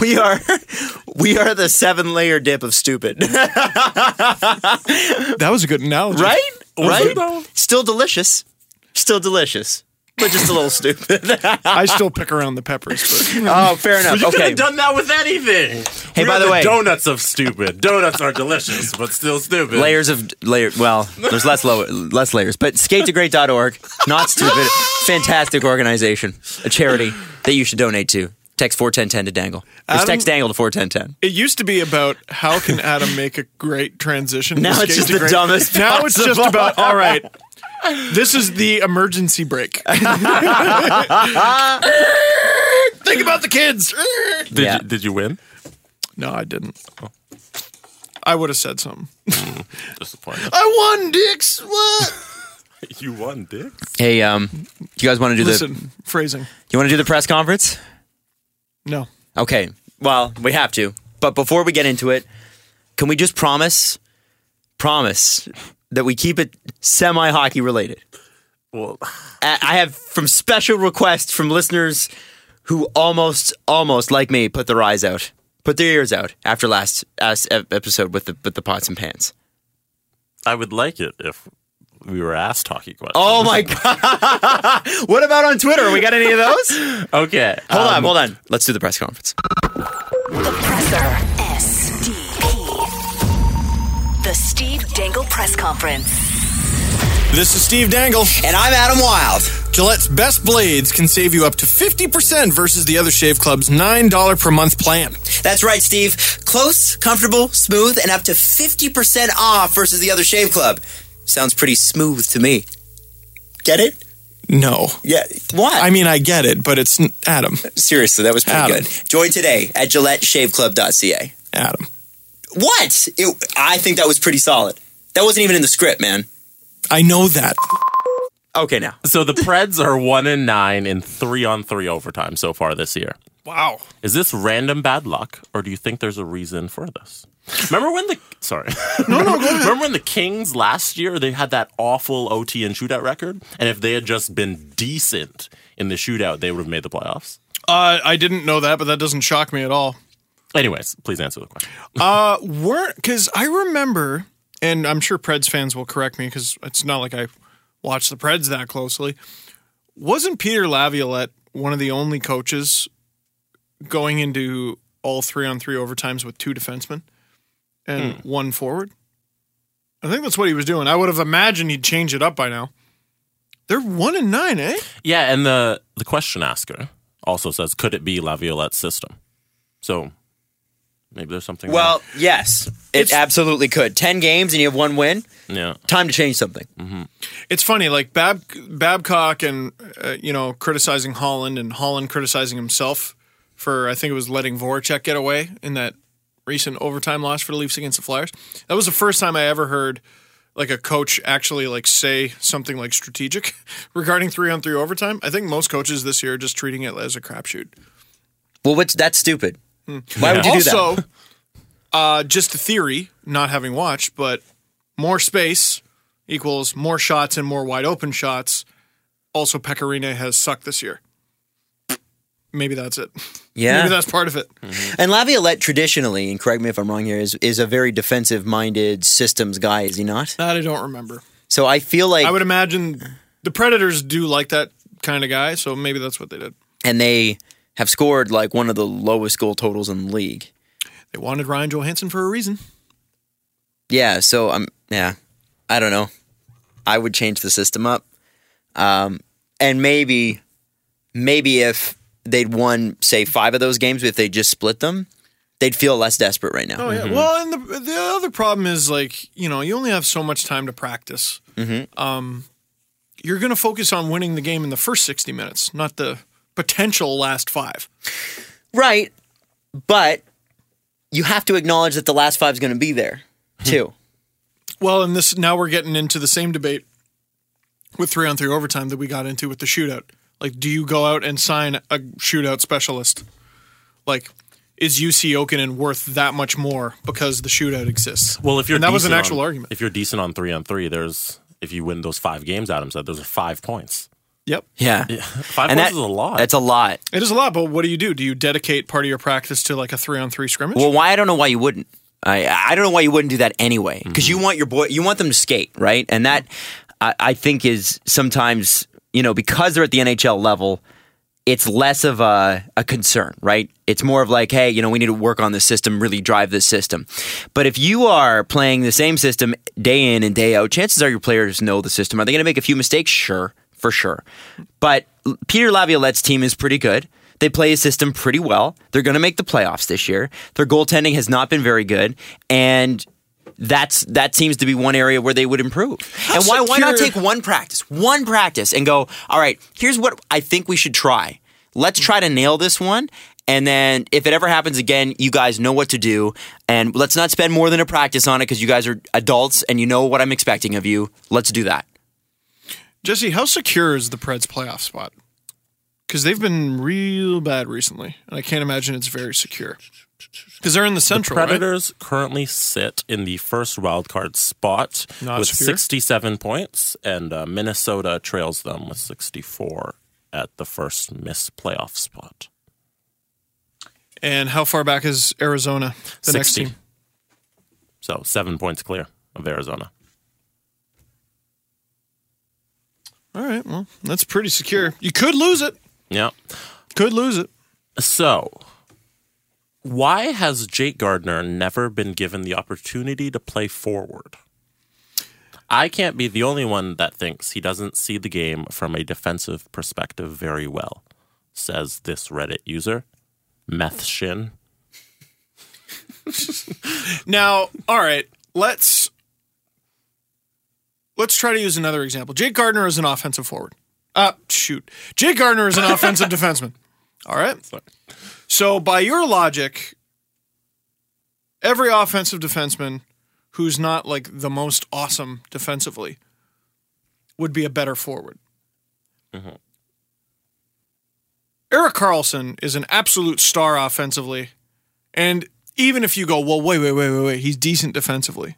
We are, we are the seven layer dip of stupid. That was a good analogy, right? Was right? it though? Still delicious. Still delicious. But just a little stupid. I still pick around the peppers, but oh, fair enough. You could okay. have done that with anything. Hey, We by are the way- donuts of stupid. Donuts are delicious, but still stupid. layers of layer. Well, there's less low, less layers, but skatetogrape.org, not stupid, fantastic organization, a charity that you should donate to. Text four ten ten to dangle. Just Adam- text dangle to four ten ten. it used to be about how can Adam make a great transition. Now to it's just skate to the great- dumbest Now it's just possible. about all right. This is the emergency break. Think about the kids. Did, Yeah. you, did you win? No, I didn't. I would have said something. Disappointed. I won, dicks. What? You won, Dick. Hey, um, you guys want to do the? Listen, phrasing. You want to do the press conference? No. Okay. Well, we have to. But before we get into it, can we just promise, promise that we keep it semi hockey related? Well, I I have from special requests from listeners who almost, almost like me, put their eyes out, put their ears out after last last ep- episode with the with the pots and pans. I would like it if we were asked hockey questions. Oh my god! what about on Twitter? We got any of those? okay. Um, Hold on, hold on. Um, Let's do the press conference. The presser. SDP. The Steve Dangle Press Conference. This is Steve Dangle. And I'm Adam Wild. Gillette's best blades can save you up to 50% versus the other shave club's $9 per month plan. That's right, Steve. Close, comfortable, smooth, and up to 50% off versus the other shave club. Sounds pretty smooth to me. Get it? No. Yeah. What? I mean, I get it, but it's n- Adam. Seriously, that was pretty Adam. good. Join today at GilletteShaveClub.ca. Adam. What? It, I think that was pretty solid. That wasn't even in the script, man. I know that. Okay, now So the Preds are one and nine in three on three overtime so far this year. Wow. Is this random bad luck, or do you think there's a reason for this? Remember when the sorry, no, no, remember when the Kings last year they had that awful OT and shootout record, and if they had just been decent in the shootout, they would have made the playoffs. Uh, I didn't know that, but that doesn't shock me at all. Anyways, please answer the question. Uh, weren't because I remember, and I'm sure Preds fans will correct me because it's not like I watch the Preds that closely. Wasn't Peter Laviolette one of the only coaches going into all three on three overtimes with two defensemen and one forward? I think that's what he was doing. I would have imagined he'd change it up by now. They're one and nine, eh? Yeah, and the the question asker also says, could it be Laviolette's system? So maybe there's something. Well, yes, it absolutely could. Ten games and you have one win. there. yeah, Time to change something. It's funny, like Bab- Babcock and uh, you know criticizing Holland and Holland criticizing himself for I think it was letting Voracek get away in that recent overtime loss for the Leafs against the Flyers. That was the first time I ever heard like a coach actually like say something like strategic regarding three on three overtime. I think most coaches this year are just treating it as a crapshoot. Well, what's that's stupid. Hmm. Why would you do that? Also, uh, just a theory, not having watched, but more space equals more shots and more wide open shots. Also, Pecorino has sucked this year. Maybe that's it. Yeah. Maybe that's part of it. And Laviolette traditionally, and correct me if I'm wrong here, is is a very defensive minded systems guy, is he not? That I don't remember. So I feel like I would imagine the Predators do like that kind of guy, so maybe that's what they did. and they have scored like one of the lowest goal totals in the league. They wanted Ryan Johansson for a reason. Yeah, so I'm yeah. I don't know. I would change the system up. Um, and maybe, maybe if they'd won, say, five of those games, if they just split them, they'd feel less desperate right now. Oh yeah. Well, and the the other problem is like you know you only have so much time to practice. Um, you're going to focus on winning the game in the first sixty minutes, not the potential last five. Right. But you have to acknowledge that the last five's going to be there, too. Well, and this now we're getting into the same debate with three on three overtime that we got into with the shootout. Like, do you go out and sign a shootout specialist? Like, is UC Okunin worth that much more because the shootout exists? Well, if you're and that was an decent actual on- argument. If you're decent on three on three, there's if you win those five games, Adam said, those are five points. Yep, yeah. Five And that- points is a lot. That's a lot. it is a lot. But what do you do? Do you dedicate part of your practice to like a three on three scrimmage? Well, why? I don't know why you wouldn't. I I don't know why you wouldn't do that anyway. Because you want your boy, you want them to skate, right? And that I, I think is sometimes you know because they're at the NHL level, it's less of a a concern, right? It's more of like, hey, you know, we need to work on this system, really drive this system. But if you are playing the same system day in and day out, chances are your players know the system. Are they going to make a few mistakes? Sure, for sure. But L- Peter Laviolette's team is pretty good. They play his system pretty well. They're going to make the playoffs this year. Their goaltending has not been very good, and that's that seems to be one area where they would improve. and why why not secure- take one practice, one practice, and go? All right, here's what I think we should try. Let's try to nail this one. And then, if it ever happens again, you guys know what to do. And let's not spend more than a practice on it because you guys are adults and you know what I'm expecting of you. Let's do that. Jesse, how secure is the Preds playoff spot? Because they've been real bad recently, and I can't imagine it's very secure. Because they're in the central, right? Predators currently sit in the first wild card spot Not with secure. 67 points, and uh, Minnesota trails them with 64 at the first miss playoff spot. And how far back is Arizona, the next 60. team? So seven points clear of Arizona. All right, well, that's pretty secure. You could lose it. Yeah. Could lose it. So, why has Jake Gardner never been given the opportunity to play forward? I can't be the only one that thinks he doesn't see the game from a defensive perspective very well, says this Reddit user, Meth Shin. Now, all right, let's let's try to use another example. Jake Gardner is an offensive forward. Uh, shoot. Jake Gardner is an offensive defenseman. All right. So by your logic, every offensive defenseman who's not like the most awesome defensively would be a better forward. Eric Carlson is an absolute star offensively. And even if you go, well, wait, wait, wait, wait, wait, he's decent defensively.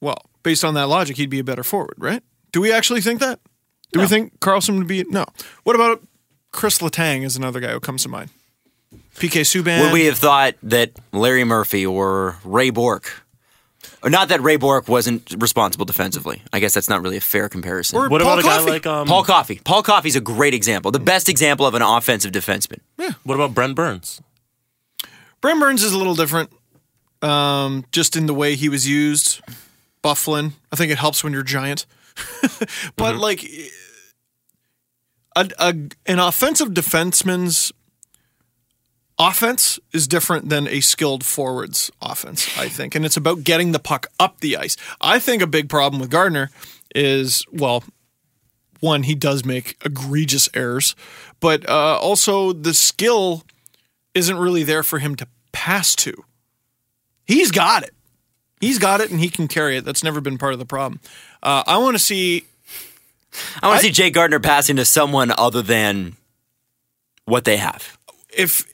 Well, based on that logic, he'd be a better forward, right? Do we actually think that? Do we think Carlson would be no? What about Chris Letang is another guy who comes to mind. PK Subban. Would we have thought that Larry Murphy or Ray Bork, or not that Ray Bork wasn't responsible defensively? I guess that's not really a fair comparison. Or What Paul about a Coffey. guy like um, Paul Coffey. Paul Coffey's a great example, the best example of an offensive defenseman. What about Brent Burns? Brent Burns is a little different, um, just in the way he was used. Bufflin, I think it helps when you're giant, but like a, a, an offensive defenseman's offense is different than a skilled forward's offense, I think, and it's about getting the puck up the ice. I think a big problem with Gardner is well, one he does make egregious errors, but uh, also the skill isn't really there for him to pass to. He's got it. He's got it and he can carry it. That's never been part of the problem. Uh, I want to see. I want to see Jay Gardner passing to someone other than what they have. if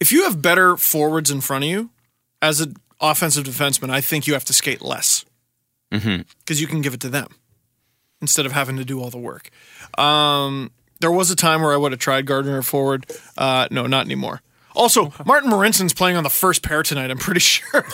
if you have better forwards in front of you as an offensive defenseman, I think you have to skate less Mm-hmm. because you can give it to them instead of having to do all the work. Um, there was a time where I would have tried Gardner forward. Uh, no, not anymore. Also, Martin Marinson's playing on the first pair tonight. I'm pretty sure.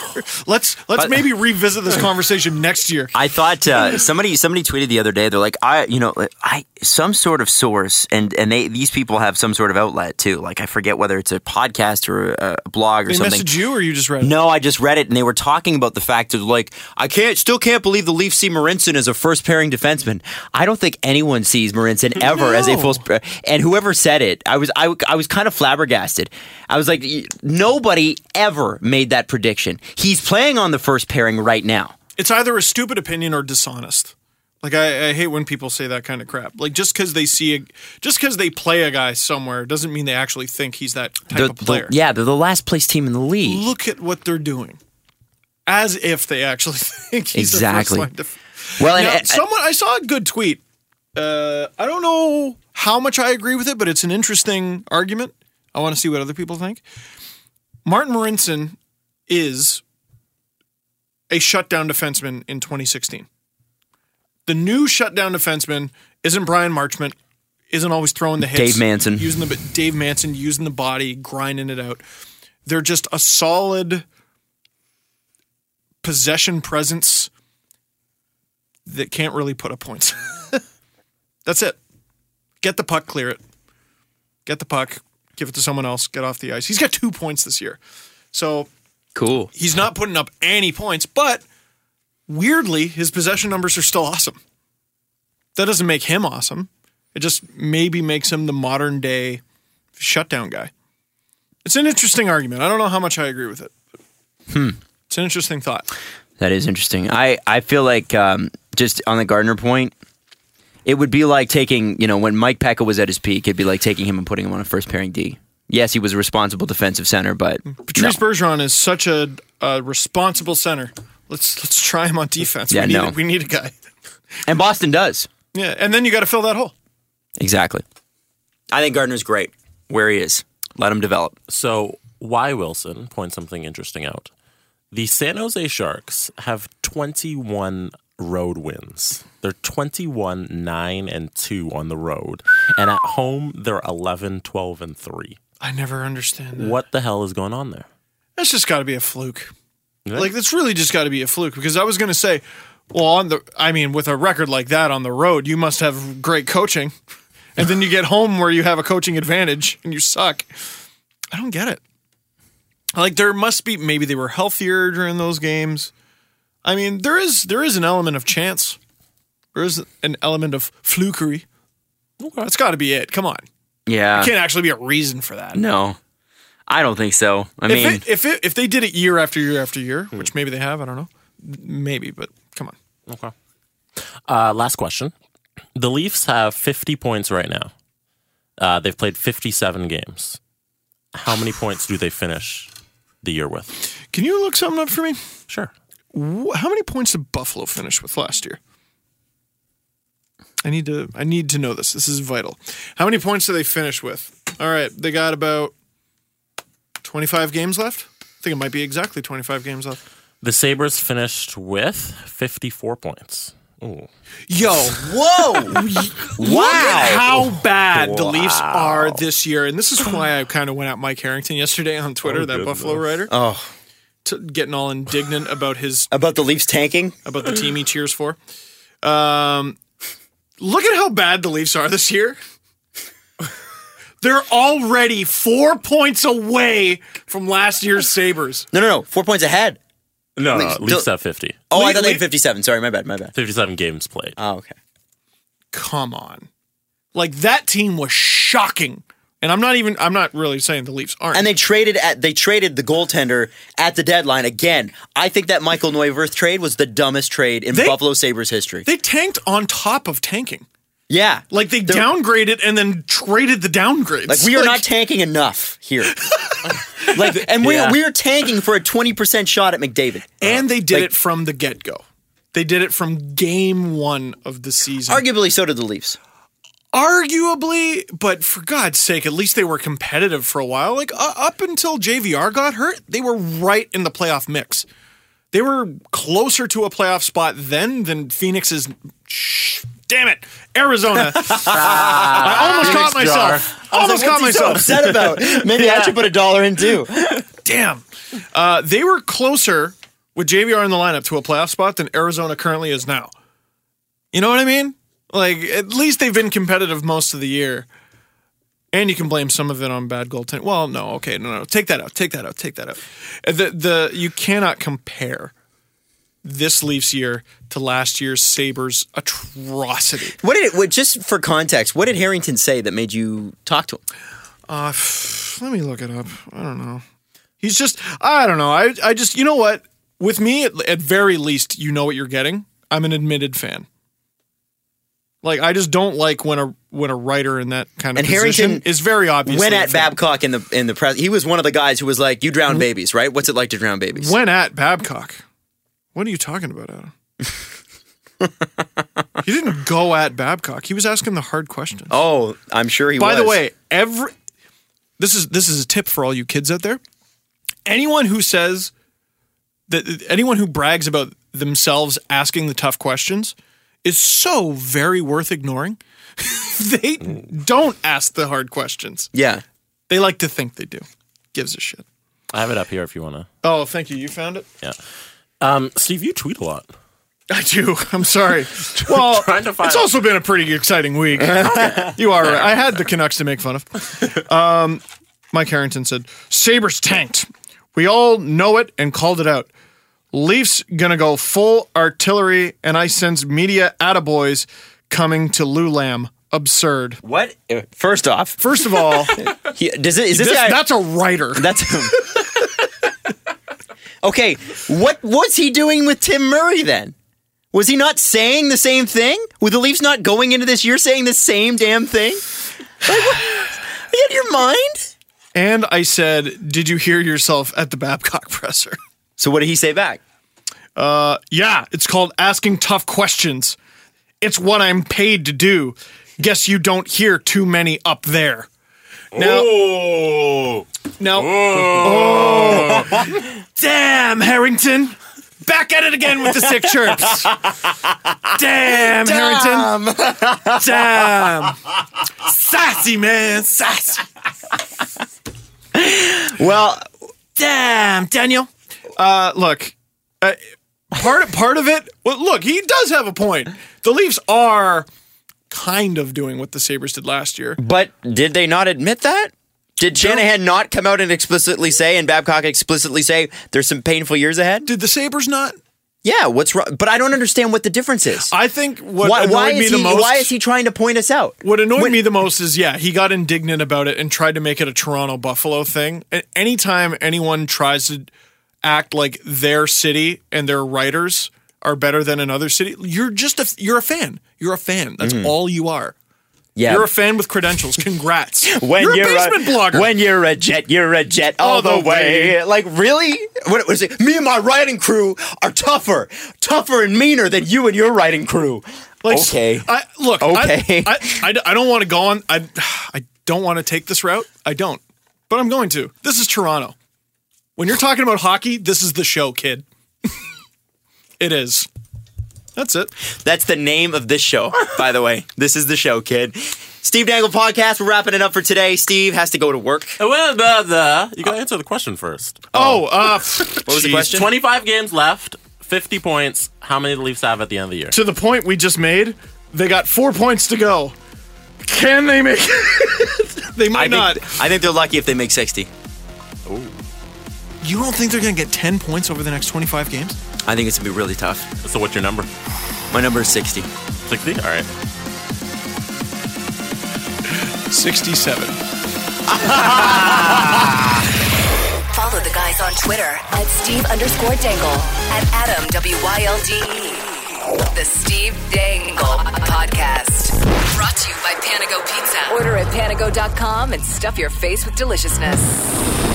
let's let's maybe revisit this conversation next year. I thought uh, somebody somebody tweeted the other day. They're like, I you know, I some sort of source, and and they these people have some sort of outlet too. Like I forget whether it's a podcast or a, a blog or They something. message you, or you just read? it? No, I just read it, and they were talking about the fact of like I can't, still can't believe the Leafs see Marinson as a first pairing defenseman. I don't think anyone sees Marinson ever as a No. first. And whoever said it, I was I, I was kind of flabbergasted. I was like, y- nobody ever made that prediction. He's playing on the first pairing right now. It's either a stupid opinion or dishonest. Like I, I hate when people say that kind of crap. Like just because they see, a, just because they play a guy somewhere doesn't mean they actually think he's that type The- of player. the- yeah, they're the last place team in the league. Look at what they're doing, as if they actually think he's Exactly. A first line def- well, and, Now, and- someone I saw a good tweet. Uh, I don't know how much I agree with it, but it's an interesting argument. I want to see what other people think. Martin Morinson is a shutdown defenseman in 2016. The new shutdown defenseman isn't Brian Marchment, isn't always throwing the hits. Dave Manson. using the Dave Manson using the body, grinding it out. They're just a solid possession presence that can't really put up points. That's it. Get the puck, clear it. Get the puck, give it to someone else, get off the ice. He's got two points this year. So cool. he's not putting up any points, but weirdly, his possession numbers are still awesome. That doesn't make him awesome. It just maybe makes him the modern day shutdown guy. It's an interesting argument. I don't know how much I agree with it. Hmm. It's an interesting thought. That is interesting. I, I feel like um, just on the Gardner point, it would be like taking, you know, when Mike Pekka was at his peak, it'd be like taking him and putting him on a first pairing D. Yes, he was a responsible defensive center, but no. Patrice Bergeron is such a, a responsible center. Let's let's try him on defense. Yeah, we need no. we need a guy. and Boston does. Yeah, and then you got to fill that hole. Exactly. I think Gardner's great where he is. Let him develop. So, why Wilson point something interesting out? The San Jose Sharks have 21 road wins. They're 21 9 and 2 on the road, and at home they're 11 12 and 3. I never understand that. What the hell is going on there? That's just got to be a fluke. Yeah. Like that's really just got to be a fluke because I was going to say, well, on the I mean, with a record like that on the road, you must have great coaching, and then you get home where you have a coaching advantage and you suck. I don't get it. Like there must be maybe they were healthier during those games. I mean, there is there is an element of chance. There is an element of flukery. That's got to be it. Come on, Yeah. can't actually be a reason for that. No. I don't think so. I mean, Hmm. if it, if it, if they did it year after year after year, which maybe they have, I don't know, maybe, but come on. Okay. Uh, last question. The Leafs have 50 points right now. Uh, they've played 57 games. How many points do they finish the year with? Can you look something up for me? Sure. Wh- How many points did Buffalo finish with last year? I need to I need to know this. This is vital. How many points do they finish with? All right, they got about 25 games left. I think it might be exactly 25 games left. The Sabres finished with 54 points. Ooh. Yo, whoa. wow. how bad the Leafs are this year. And this is why I kind of went at Mike Harrington yesterday on Twitter, that Buffalo writer. Oh. To getting all indignant about his About the Leafs tanking? about the team he cheers for. Um, look at how bad the Leafs are this year. They're already four points away from last year's Sabres. No, no, no. Four points ahead. No, Leafs- Leafs, Leafs Don't- have 50. Oh, I Wait, thought they wait. had 57. Sorry, my bad, my bad. 57 games played. Oh, okay. Come on. Like that team was shocking. And I'm not even I'm not really saying the Leafs aren't. And they traded at they traded the goaltender at the deadline again. I think that Michael Neuwirth trade was the dumbest trade in They- Buffalo Sabres history. they tanked on top of tanking. yeah. Like they They're- downgraded and then traded the downgrades. like we are not tanking enough here. like and we Yeah. are we are tanking for a 20% shot at McDavid. and they did like- it from the get go. They did it from game one of the season. Arguably so did the Leafs. Arguably, but for God's sake, at least they were competitive for a while. Like uh, up until JVR got hurt, they were right in the playoff mix. They were closer to a playoff spot then than Phoenix's. Shh, damn it, Arizona! I almost caught myself. almost caught myself. upset about. Maybe I should put a dollar in too. Damn. Uh, they were closer with JVR in the lineup to a playoff spot than Arizona currently is now. You know what I mean? Like, at least they've been competitive most of the year. And you can blame some of it on bad goaltending. Well, no, okay, no, no, take that out, take that out, take that out. Uh, The the you cannot compare this Leafs year to last year's Sabers atrocity. What did it? What, just for context, what did Harrington say that made you talk to him? Uh, pff, let me look it up. I don't know. He's just, I don't know. I, I just, you know what? With me, at, at very least, you know what you're getting. I'm an admitted fan. Like I just don't like when a when a writer in that kind of And position Harrington is very obvious. When at Babcock in the in the press, he was one of the guys who was like, "You drown babies, right? What's it like to drown babies?" When at Babcock. What are you talking about, Adam? he didn't go at Babcock. He was asking the hard questions. Oh, I'm sure he. By was. the way, every this is this is a tip for all you kids out there. Anyone who says that anyone who brags about themselves asking the tough questions is so very worth ignoring. they don't ask the hard questions. yeah, They like to think they do. Gives a shit. I have it up here if you want to. Oh, thank you. You found it? Um, Steve, you tweet a lot. I do. I'm sorry. Well, Trying to find it's out. also been a pretty exciting week. you are right. I had the Canucks to make fun of. Um, Mike Harrington said, Sabres tanked. We all know it and called it out. Leafs gonna go full artillery, and I sense media attaboys coming to Lou Lamb. Absurd. What? Uh, First off, First of all, he, does it, is this, this- guy? that's a writer. That's Okay, what was he doing with Tim Murray then? Was he not saying the same thing? Were the Leafs not going into this year saying the same damn thing? Like, what? Are you out of your mind? And I said, Did you hear yourself at the Babcock presser? so. What did he say back? Yeah, it's called asking tough questions. It's what I'm paid to do. Guess you don't hear too many up there. Now, Oh, now, Oh. damn Harrington, back at it again with the sick chirps. Damn, Um, Harrington, damn, sassy man, sassy. Well, Damn, Daniel. Uh, look, uh, part part of it. Well, look, he does have a point. The Leafs are kind of doing what the Sabres did last year. But did they not admit that? Did Shanahan not come out and explicitly say, and Babcock explicitly say, there's some painful years ahead? Did the Sabres not? Yeah, what's wrong? But I don't understand what the difference is. I think what why, annoyed why me is the he, most. why is he trying to point us out? what annoyed me the most is yeah, he got indignant about it and tried to make it a Toronto Buffalo thing. And anytime anyone tries to act like their city and their writers are better than another city, you're just a you're a fan. You're a fan. That's all you are. Mm. Yeah. You're a fan with credentials. Congrats. you're, a basement blogger. When you're a jet, you're a jet all, the, way. Like, really? What was it? Me and my writing crew are tougher, tougher and meaner than you and your writing crew. like, okay. I, look. Okay. I, I, I, I don't want to go on. I, I don't want to take this route. I don't. But I'm going to. This is Toronto. When you're talking about hockey, this is the show, kid. it is. That's it. That's the name of this show, by the way. This is the show, kid. Steve Dangle podcast. We're wrapping it up for today. Steve has to go to work. well, the, the, you got to answer the question first. Oh, uh, what was the question? 25 games left, 50 points. How many do the Leafs have at the end of the year? To the point we just made, they got four points to go. Can they make it? they might I not. think, I think they're lucky if they make 60. you don't think they're going to get 10 points over the next 25 games? I think it's going to be really tough. So what's your number? My number is 60. 60? All right. 67. Follow the guys on Twitter at Steve underscore Dangle, at Adam WYLDE. E. The Steve Dangle Podcast. Brought to you by Panago Pizza. Order at panago.com and stuff your face with deliciousness.